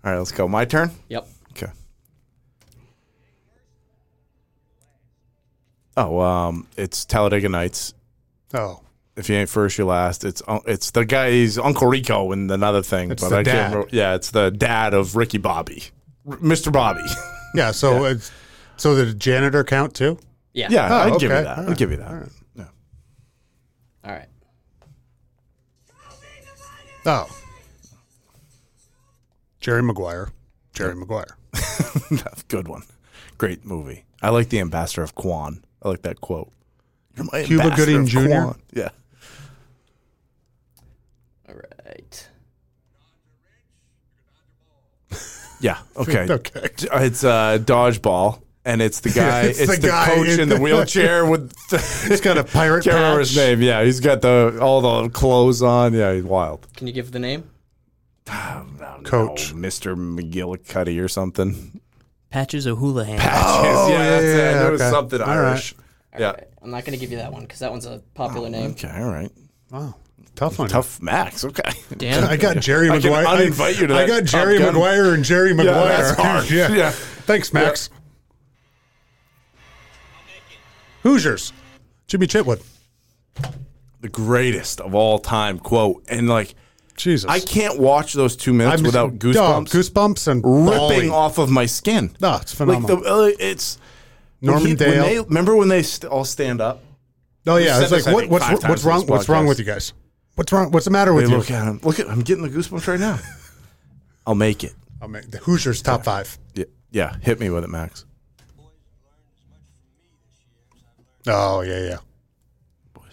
Speaker 5: All right, let's go. My turn.
Speaker 6: Yep.
Speaker 5: Okay. Oh, um, it's Talladega Nights.
Speaker 4: Oh,
Speaker 5: If you ain't first, you last. It's un- it's the guy. He's Uncle Rico in another thing,
Speaker 4: It's
Speaker 5: but
Speaker 4: the
Speaker 5: I
Speaker 4: dad.
Speaker 5: can't remember. Yeah, it's the dad of Ricky Bobby, R- Mr. Bobby. [LAUGHS]
Speaker 4: yeah. So it's so the janitor count too.
Speaker 6: Yeah.
Speaker 5: yeah,
Speaker 4: Oh,
Speaker 5: I'd give you
Speaker 4: okay.
Speaker 5: that.
Speaker 4: All
Speaker 5: I'd
Speaker 4: right.
Speaker 5: give you that. Yeah.
Speaker 6: All right.
Speaker 4: Oh, Jerry Maguire. Jerry Maguire.
Speaker 5: [LAUGHS] That's a good one. Great movie. I like the ambassador of Quan. I like that quote. You're my
Speaker 4: Cuba
Speaker 5: ambassador
Speaker 4: Gooding
Speaker 5: of
Speaker 4: Jr.?
Speaker 5: Quan. Yeah.
Speaker 6: All right.
Speaker 5: Yeah. Okay.
Speaker 4: Okay. [LAUGHS]
Speaker 5: It's uh, dodgeball. and
Speaker 4: [LAUGHS]
Speaker 5: it's the guy,
Speaker 4: it's
Speaker 5: it's,
Speaker 4: the
Speaker 5: the,
Speaker 4: guy
Speaker 5: coach
Speaker 4: in
Speaker 5: in the
Speaker 4: the- [LAUGHS]
Speaker 5: wheelchair with. The,
Speaker 4: He's got a pirate
Speaker 5: can't remember his
Speaker 4: patch.
Speaker 5: name. Yeah, he's got the all the clothes on. Yeah, he's wild.
Speaker 6: Can you give the name?
Speaker 4: Coach.
Speaker 5: Oh, Mr. McGillicuddy
Speaker 4: [LAUGHS]
Speaker 5: or something.
Speaker 6: Patches O'Houlihan.
Speaker 5: Oh, yeah, that's it.
Speaker 4: yeah,
Speaker 5: There was
Speaker 4: okay.
Speaker 5: something
Speaker 4: All right.
Speaker 5: Irish. Yeah.
Speaker 6: I'm not going to give you that one because that one's a popular name.
Speaker 5: Okay, all right.
Speaker 4: Wow. Tough one.
Speaker 5: Tough Max. Okay.
Speaker 6: Dan,
Speaker 4: I got Jerry
Speaker 5: [LAUGHS] I can
Speaker 4: Maguire. I,
Speaker 5: uninvite you to
Speaker 4: I
Speaker 5: that
Speaker 4: got
Speaker 5: Top
Speaker 4: Jerry
Speaker 5: Gun.
Speaker 4: Maguire and Jerry Maguire. [LAUGHS]
Speaker 5: that's hard.
Speaker 4: yeah.
Speaker 5: Yeah.
Speaker 4: Thanks, Max. Hoosiers. Jimmy Chitwood.
Speaker 5: The greatest of all time quote. And like,
Speaker 4: Jesus.
Speaker 5: I can't watch those two minutes
Speaker 4: dog,
Speaker 5: without goosebumps
Speaker 4: goosebumps and
Speaker 5: ripping
Speaker 4: bawling.
Speaker 5: off of my skin.
Speaker 4: No, it's phenomenal.
Speaker 5: Like the, uh, it's when
Speaker 4: Norman
Speaker 5: he- when
Speaker 4: Dale.
Speaker 5: they- remember when they st- all stand up?
Speaker 4: oh yeah,
Speaker 5: We've
Speaker 4: it's
Speaker 5: said
Speaker 4: like
Speaker 5: this, I
Speaker 4: what,
Speaker 5: think,
Speaker 4: what's
Speaker 5: five times
Speaker 4: what's
Speaker 5: in
Speaker 4: wrong?
Speaker 5: this
Speaker 4: What's wrong
Speaker 5: podcast.
Speaker 4: with you guys? What's wrong? What's the matter
Speaker 5: They
Speaker 4: with you?
Speaker 5: look at him. Look at. I'm getting the goosebumps right now. [LAUGHS] I'll make it.
Speaker 4: I mean, Oh, the Hoosiers top five.
Speaker 5: Yeah, yeah. Hit me with it, Max.
Speaker 4: Oh yeah, yeah.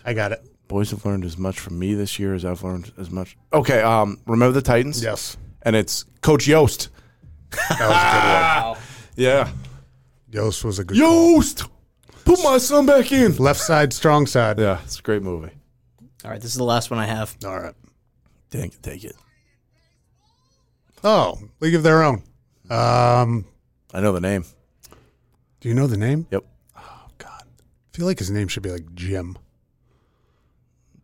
Speaker 4: I got it.
Speaker 5: Boys have learned as much from me this year as I've learned as much. Okay. Um. Remember the Titans?
Speaker 4: Yes,
Speaker 5: And it's Coach Yost.
Speaker 4: that was
Speaker 5: Yeah.
Speaker 4: a good one. Yost was a good. call.
Speaker 5: Yost. Put my son back in.
Speaker 4: Left side, strong side.
Speaker 5: Yeah, it's a great movie.
Speaker 6: All right, this is the last one I have.
Speaker 4: All right.
Speaker 5: Take it. Take it.
Speaker 4: Oh, League of Their Own. Um,
Speaker 5: I know the name.
Speaker 4: do you know the name?
Speaker 5: Yep.
Speaker 4: I feel like his name should be like Jim.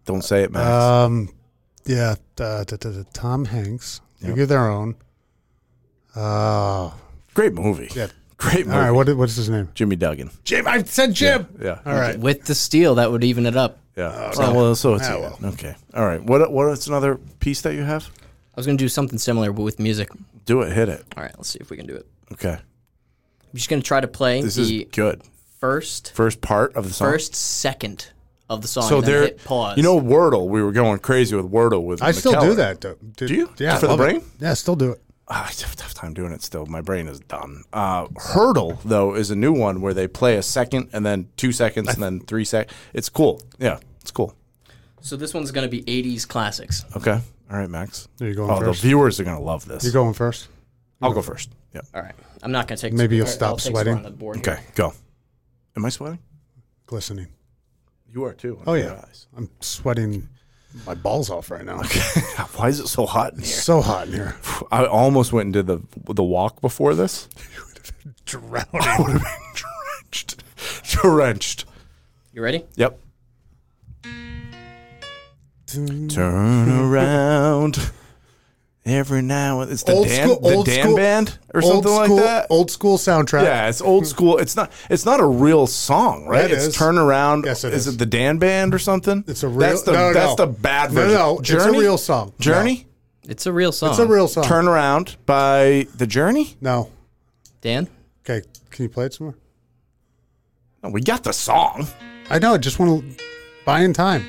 Speaker 5: Don't say it, Max.
Speaker 4: Um, yeah, uh, t- t- t- Tom Hanks. League of Their Own. Uh,
Speaker 5: great movie.
Speaker 4: yeah.
Speaker 5: Great
Speaker 4: all
Speaker 5: movie.
Speaker 4: right. What what's his name?
Speaker 5: Jimmy Duggan.
Speaker 4: Jim. I said Jim.
Speaker 5: Yeah.
Speaker 4: All right.
Speaker 6: With the steal, that would even it up.
Speaker 5: Yeah. well, well, so it's
Speaker 4: Oh, Ah, well.
Speaker 5: okay. All right. What what's another piece that you have?
Speaker 6: I was going to do something similar, but with music. All
Speaker 5: Do it. Hit it.
Speaker 6: right, let's see if we can do it.
Speaker 5: Okay.
Speaker 6: I'm just going to try to play
Speaker 5: This is
Speaker 6: the
Speaker 5: good.
Speaker 6: first,
Speaker 5: First part of the song.
Speaker 6: first second of the song.
Speaker 5: So
Speaker 6: and then
Speaker 5: there.
Speaker 6: hit pause.
Speaker 5: You know Wordle. We were going crazy with Wordle with.
Speaker 4: I still do
Speaker 5: McKellar.
Speaker 4: that. Though. Dude,
Speaker 5: Do you?
Speaker 4: Yeah. I
Speaker 5: For the
Speaker 4: love it.
Speaker 5: brain?
Speaker 4: Yeah, I still do it.
Speaker 5: Ah, I have a tough time doing it still. My brain is done. Uh, Hurdle though is a new one where they play a second and then two seconds and then three sec. It's cool. Yeah, it's cool.
Speaker 6: so this one's going to be 80s classics.
Speaker 5: Okay. All right, Max.
Speaker 4: Are you going
Speaker 5: oh,
Speaker 4: first?
Speaker 5: the viewers are gonna love this.
Speaker 4: You're going first.
Speaker 5: I'll go first. Yeah.
Speaker 6: All right, I'm not going to take.
Speaker 4: Maybe you'll
Speaker 6: all right,
Speaker 4: stop
Speaker 6: I'll take some
Speaker 4: sweating.
Speaker 6: on the board here.
Speaker 5: Okay. Go. Am I sweating?
Speaker 4: Glistening.
Speaker 5: You are too.
Speaker 4: Oh
Speaker 5: under
Speaker 4: yeah.
Speaker 5: your eyes.
Speaker 4: I'm sweating my balls off right now.
Speaker 5: Why is it so hot in here?
Speaker 4: So hot in here.
Speaker 5: [LAUGHS] I almost went and did the the walk
Speaker 4: [LAUGHS]
Speaker 5: before this. I would
Speaker 4: Drowning.
Speaker 5: have been drenched. Drenched.
Speaker 6: You ready?
Speaker 5: Yep. Turn around. Every now and it's the
Speaker 4: Old
Speaker 5: Dan,
Speaker 4: school-
Speaker 5: the
Speaker 4: old
Speaker 5: Dan
Speaker 4: school-
Speaker 5: band or
Speaker 4: old
Speaker 5: something
Speaker 4: school-
Speaker 5: like that.
Speaker 4: Old school soundtrack.
Speaker 5: yeah, it's old school. It's not. It's not a real song, right?
Speaker 4: It
Speaker 5: it's
Speaker 4: is.
Speaker 5: turn around.
Speaker 4: Yes, it
Speaker 5: is
Speaker 4: is.
Speaker 5: it the Dan band or something?
Speaker 4: It's a real.
Speaker 5: That's the
Speaker 4: no, no,
Speaker 5: that's
Speaker 4: no.
Speaker 5: the bad
Speaker 4: No,
Speaker 5: version.
Speaker 4: No, no,
Speaker 5: Journey?
Speaker 4: it's a real song. No.
Speaker 5: Journey.
Speaker 6: It's a real song.
Speaker 4: It's a real song.
Speaker 5: Turn around by the Journey.
Speaker 4: No.
Speaker 6: Dan.
Speaker 4: Okay, can you play it some more?
Speaker 5: No, we got the song.
Speaker 4: I know. I just want to buy in time.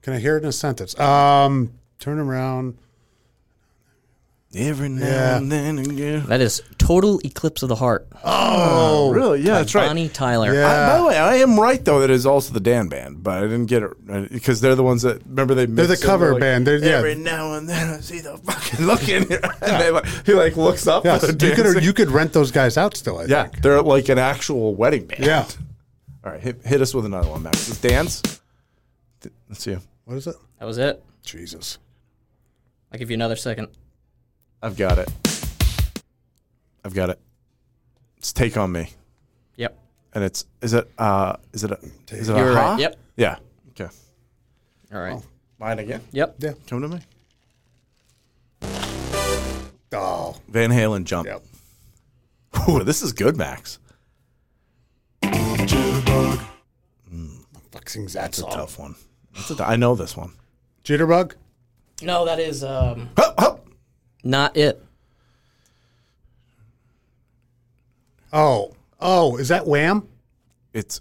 Speaker 4: Can I hear it in a sentence? Um, turn around.
Speaker 5: Every now
Speaker 4: Yeah.
Speaker 5: and then again.
Speaker 6: That is Total Eclipse of the Heart.
Speaker 5: Oh, really? Yeah, that's right.
Speaker 6: Bonnie Tyler.
Speaker 4: Yeah.
Speaker 5: I, by the way, I am right though. That is also the Dan band, but I didn't get it because they're the ones that remember they.
Speaker 4: the
Speaker 5: mix and
Speaker 4: cover
Speaker 5: they're like,
Speaker 4: band. They're- yeah.
Speaker 5: Every now and then I see the fucking look in here. And [LAUGHS] they like, he like looks up.
Speaker 4: Yeah,
Speaker 5: [LAUGHS] at the
Speaker 4: you
Speaker 5: dancing-
Speaker 4: could you could rent those guys out still. I
Speaker 5: yeah,
Speaker 4: think.
Speaker 5: they're like an actual wedding band.
Speaker 4: Yeah.
Speaker 5: [LAUGHS] All right, hit, hit us with another one, Max. It's Dan's. D- That's you.
Speaker 4: What is it?
Speaker 6: That was it.
Speaker 4: Jesus.
Speaker 6: I'll give you another second.
Speaker 5: I've got it. I've got it. It's take on me,
Speaker 6: Yep.
Speaker 5: and it's is it uh is it a is it
Speaker 6: You
Speaker 5: a
Speaker 6: were
Speaker 5: ha?
Speaker 6: right. Yep.
Speaker 5: Yeah. Okay.
Speaker 4: Oh.
Speaker 6: All right.
Speaker 5: Mine again.
Speaker 6: Yep.
Speaker 4: Yeah.
Speaker 5: Come to me.
Speaker 4: Oh.
Speaker 5: Van Halen jump.
Speaker 4: Yep.
Speaker 5: Ooh, this is good, Max.
Speaker 4: Fuck sings that
Speaker 5: It's a
Speaker 4: song.
Speaker 5: tough one. It's a t- I know this one.
Speaker 4: Jitterbug.
Speaker 6: No, that is um
Speaker 5: Hup, hup.
Speaker 6: not it.
Speaker 4: Oh. Oh, is that Wham?
Speaker 5: It's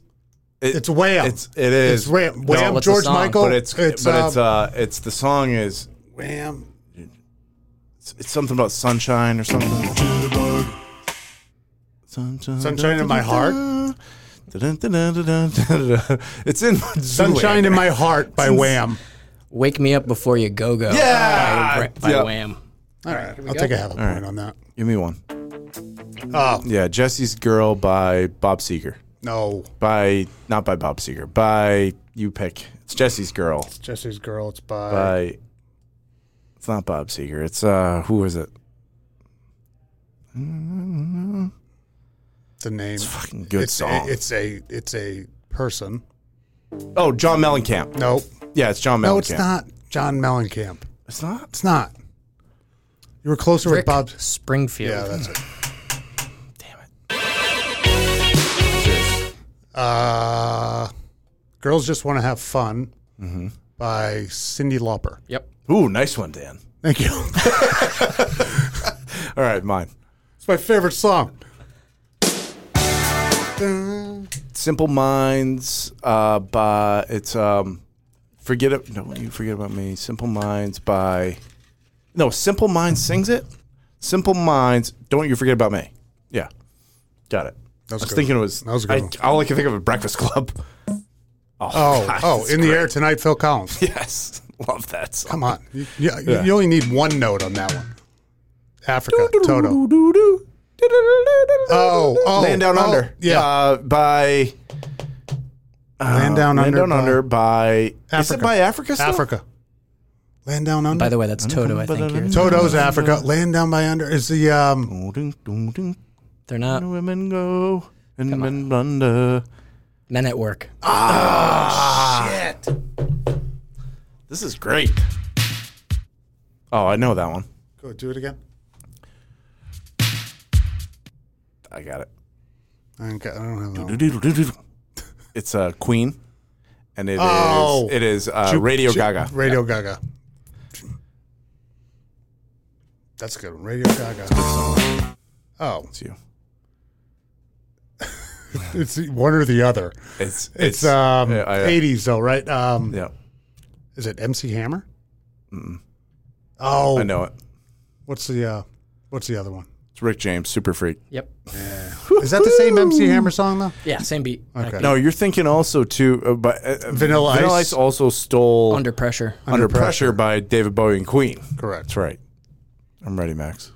Speaker 5: it-
Speaker 4: It's Wham.
Speaker 5: It's it is
Speaker 4: It's Wham.
Speaker 5: No,
Speaker 4: Wham.
Speaker 6: what's the
Speaker 4: George
Speaker 6: song?
Speaker 4: Michael.
Speaker 5: but it's, but
Speaker 4: um,
Speaker 5: it's uh it's the song is
Speaker 4: Wham.
Speaker 5: it's, it's something about sunshine or something. Sunshine,
Speaker 4: Sunshine in my
Speaker 5: [LAUGHS]
Speaker 4: heart.
Speaker 5: Da-dun-da-dun-da-dun-da-dun. It's in
Speaker 4: Sunshine in my heart by Wham.
Speaker 6: Wake me up before you go go.
Speaker 5: Yeah.
Speaker 6: By, Bra- by
Speaker 5: Yep.
Speaker 6: Wham.
Speaker 4: All right, I'll take a half a point on that.
Speaker 5: Give me one.
Speaker 4: Oh
Speaker 5: Yeah, Jesse's Girl by Bob Seger.
Speaker 4: no,
Speaker 5: By not by Bob Seger. By you pick. It's Jesse's Girl
Speaker 4: Jesse's girl. It's by,
Speaker 5: by. It's not Bob Seger. It's uh, who was it?
Speaker 4: the name. It's a
Speaker 5: fucking good song.
Speaker 4: it's a it's a person.
Speaker 5: Oh, John Mellencamp.
Speaker 4: Nope.
Speaker 5: Yeah, it's John Mellencamp.
Speaker 4: No, it's not John Mellencamp.
Speaker 5: It's not.
Speaker 4: It's not. You were closer with
Speaker 6: Rick
Speaker 4: Bob.
Speaker 6: Springfield.
Speaker 4: Yeah,
Speaker 5: [LAUGHS]
Speaker 4: that's it.
Speaker 5: Damn it.
Speaker 4: Uh, Girls Just Want to Have Fun
Speaker 5: Mm-hmm.
Speaker 4: by Cindy Lauper.
Speaker 6: yep.
Speaker 5: Ooh, nice one, Dan.
Speaker 4: Thank you. [LAUGHS]
Speaker 5: All right, mine.
Speaker 4: it's my favorite song.
Speaker 5: Simple Minds uh, by it's um, forget it. No, you forget about me. Simple Minds by no. Simple Minds sings it. Simple Minds. Don't you forget about me. Yeah, got it.
Speaker 4: That was
Speaker 5: I was
Speaker 4: good.
Speaker 5: thinking it was.
Speaker 4: That was a good
Speaker 5: I-
Speaker 4: one.
Speaker 5: all I can think of is Breakfast Club. [LAUGHS] Oh,
Speaker 4: Oh,
Speaker 5: [LAUGHS] God,
Speaker 4: oh,
Speaker 5: it's
Speaker 4: in the
Speaker 5: great.
Speaker 4: air tonight, Phil Collins.
Speaker 5: [LAUGHS] Yes, love that song.
Speaker 4: Come on, you, you, you
Speaker 5: Yeah.
Speaker 4: only need one note on that one. Africa, Toto.
Speaker 5: Oh,
Speaker 4: Oh, oh,
Speaker 5: Land Down
Speaker 4: oh,
Speaker 5: Under.
Speaker 4: yeah.
Speaker 5: uh, by uh,
Speaker 4: Land down
Speaker 5: Land
Speaker 4: under.
Speaker 5: Down
Speaker 4: by-
Speaker 5: Under by. Is it
Speaker 4: Africa.
Speaker 5: by Africa? Still?
Speaker 4: Africa. Land down under.
Speaker 6: By the way, that's Toto. I think you're.
Speaker 4: Toto's Africa. Land down by under is the um.
Speaker 6: They're not
Speaker 5: women go and men blunder.
Speaker 6: men at work.
Speaker 5: This is great. Oh, I know that one.
Speaker 4: Go do it again.
Speaker 5: I got it.
Speaker 4: I don't, I don't have that. one.
Speaker 5: It's a uh, Queen, and it is
Speaker 4: Oh.
Speaker 5: it is uh,
Speaker 4: Ju-
Speaker 5: Radio
Speaker 4: Ju-
Speaker 5: Gaga.
Speaker 4: Radio Gaga. That's a good. one. Radio Gaga. Oh,
Speaker 5: It's you.
Speaker 4: it's one or the other.
Speaker 5: It's
Speaker 4: It's um
Speaker 5: yeah, I- uh,
Speaker 4: eighties though, right? Um,
Speaker 5: Yeah,
Speaker 4: is it MC Hammer? Oh,
Speaker 5: I know it.
Speaker 4: What's the uh, what's the other one?
Speaker 5: It's Rick James, Super Freak.
Speaker 6: Yep.
Speaker 4: Is that the same MC Hammer song though?
Speaker 6: Yeah, same beat.
Speaker 4: Okay.
Speaker 5: No, you're thinking also too, uh, but uh, uh,
Speaker 4: Vanilla
Speaker 5: Vanilla
Speaker 4: Ice?
Speaker 5: Ice also stole
Speaker 6: Under pressure.
Speaker 5: Under pressure. by David Bowie and Queen.
Speaker 4: Correct.
Speaker 5: That's right. I'm ready, Max.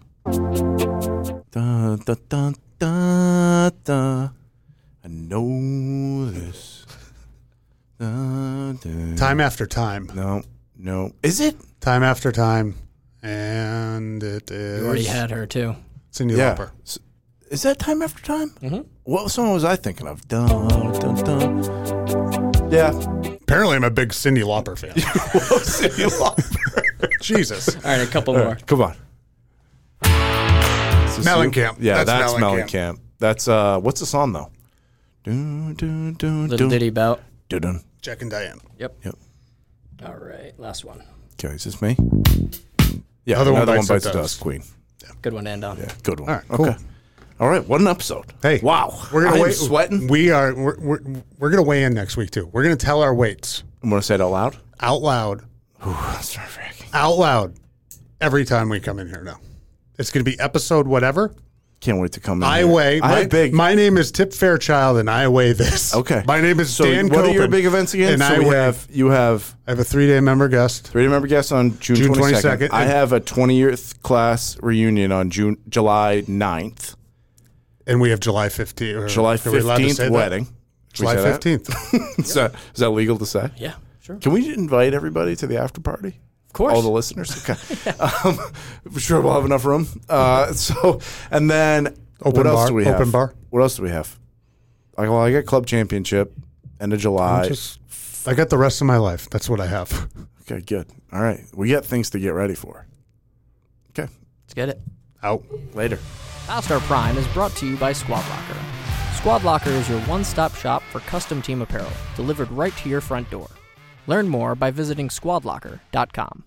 Speaker 5: Da, da, da, da, da. I know this. Da, da.
Speaker 4: Time after time,
Speaker 5: No, no. Is it?
Speaker 4: time after time, and it
Speaker 6: You already
Speaker 4: is
Speaker 6: had her too.
Speaker 4: Cindy
Speaker 5: Yeah.
Speaker 4: Lauper.
Speaker 5: S- Is that time after time? Mm-hmm. What song was I thinking of? Da, da, da. Yeah.
Speaker 4: Apparently, I'm a big Cindy Lauper
Speaker 5: [LAUGHS]
Speaker 4: fan.
Speaker 5: Cindy Lauper.
Speaker 4: [LAUGHS] Jesus,
Speaker 6: All right, a couple more.
Speaker 5: Come on. Is this you?
Speaker 4: Mellencamp.
Speaker 5: Yeah,
Speaker 4: That's
Speaker 5: that's,
Speaker 4: Mellencamp.
Speaker 5: Mellencamp. That's uh, what's the song though? Dun, dun, dun,
Speaker 6: Little
Speaker 5: dun,
Speaker 6: ditty bout.
Speaker 5: dun, dun.
Speaker 4: Jack and Diane.
Speaker 6: Yep.
Speaker 5: Yep.
Speaker 6: All right, last one.
Speaker 5: Okay, is this me? Yeah,
Speaker 4: Another
Speaker 5: another,
Speaker 4: One
Speaker 5: one,
Speaker 4: Bites the
Speaker 5: bites the
Speaker 4: Dust.
Speaker 5: dust. Queen.
Speaker 6: Good one to end on.
Speaker 5: Yeah, good one.
Speaker 4: All right, cool.
Speaker 5: Okay. All right, what an episode.
Speaker 4: Hey,
Speaker 5: wow,
Speaker 4: We're gonna
Speaker 5: I am
Speaker 4: wait-
Speaker 5: sweating.
Speaker 4: We are. We're, we're, we're gonna weigh in next week too. We're gonna tell our weights
Speaker 5: I'm gonna say it out loud. [SIGHS]
Speaker 4: out loud,
Speaker 5: I'm sorry, Frank.
Speaker 4: out loud, every time we come in here. Now, it's gonna be episode whatever.
Speaker 5: Can't wait to come in.
Speaker 4: I
Speaker 5: here.
Speaker 4: weigh.
Speaker 5: I
Speaker 4: my,
Speaker 5: big.
Speaker 4: My name is Tip Fairchild, and I weigh this.
Speaker 5: okay.
Speaker 4: My name is
Speaker 5: so
Speaker 4: Dan.
Speaker 5: What are your
Speaker 4: Copen,
Speaker 5: big events again?
Speaker 4: And
Speaker 5: so
Speaker 4: I
Speaker 5: we
Speaker 4: weigh-
Speaker 5: have you have
Speaker 4: I have a three-day member guest.
Speaker 5: Three member guests on June,
Speaker 4: June
Speaker 5: 22nd.
Speaker 4: 22nd.
Speaker 5: I have a 20th class reunion on June July 9th.
Speaker 4: And we have July 15th.
Speaker 5: July 15th wedding. Should we
Speaker 4: July
Speaker 5: say
Speaker 4: [LAUGHS]
Speaker 5: that?
Speaker 4: 15th.
Speaker 5: [LAUGHS] is, that, is that legal to say?
Speaker 6: Yeah, sure.
Speaker 5: Can we invite everybody to the after party? Of
Speaker 6: course.
Speaker 5: All the listeners. Okay. um, I'm sure we'll have enough room. Uh, [LAUGHS] so, and then
Speaker 4: Open
Speaker 5: what else
Speaker 4: bar-
Speaker 5: do we have?
Speaker 4: open bar.
Speaker 5: What else do we have? I, well, I got club championship end of July.
Speaker 4: Just- I got the rest of my life. That's what I have.
Speaker 5: okay, good. All right. We got things to get ready for. Okay.
Speaker 6: Let's get it.
Speaker 4: Out.
Speaker 5: Later.
Speaker 6: Five-Star Prime is brought to you by Squad Locker. Squad Locker is your one-stop shop for custom team apparel, delivered right to your front door. Learn more by visiting squadlocker.com.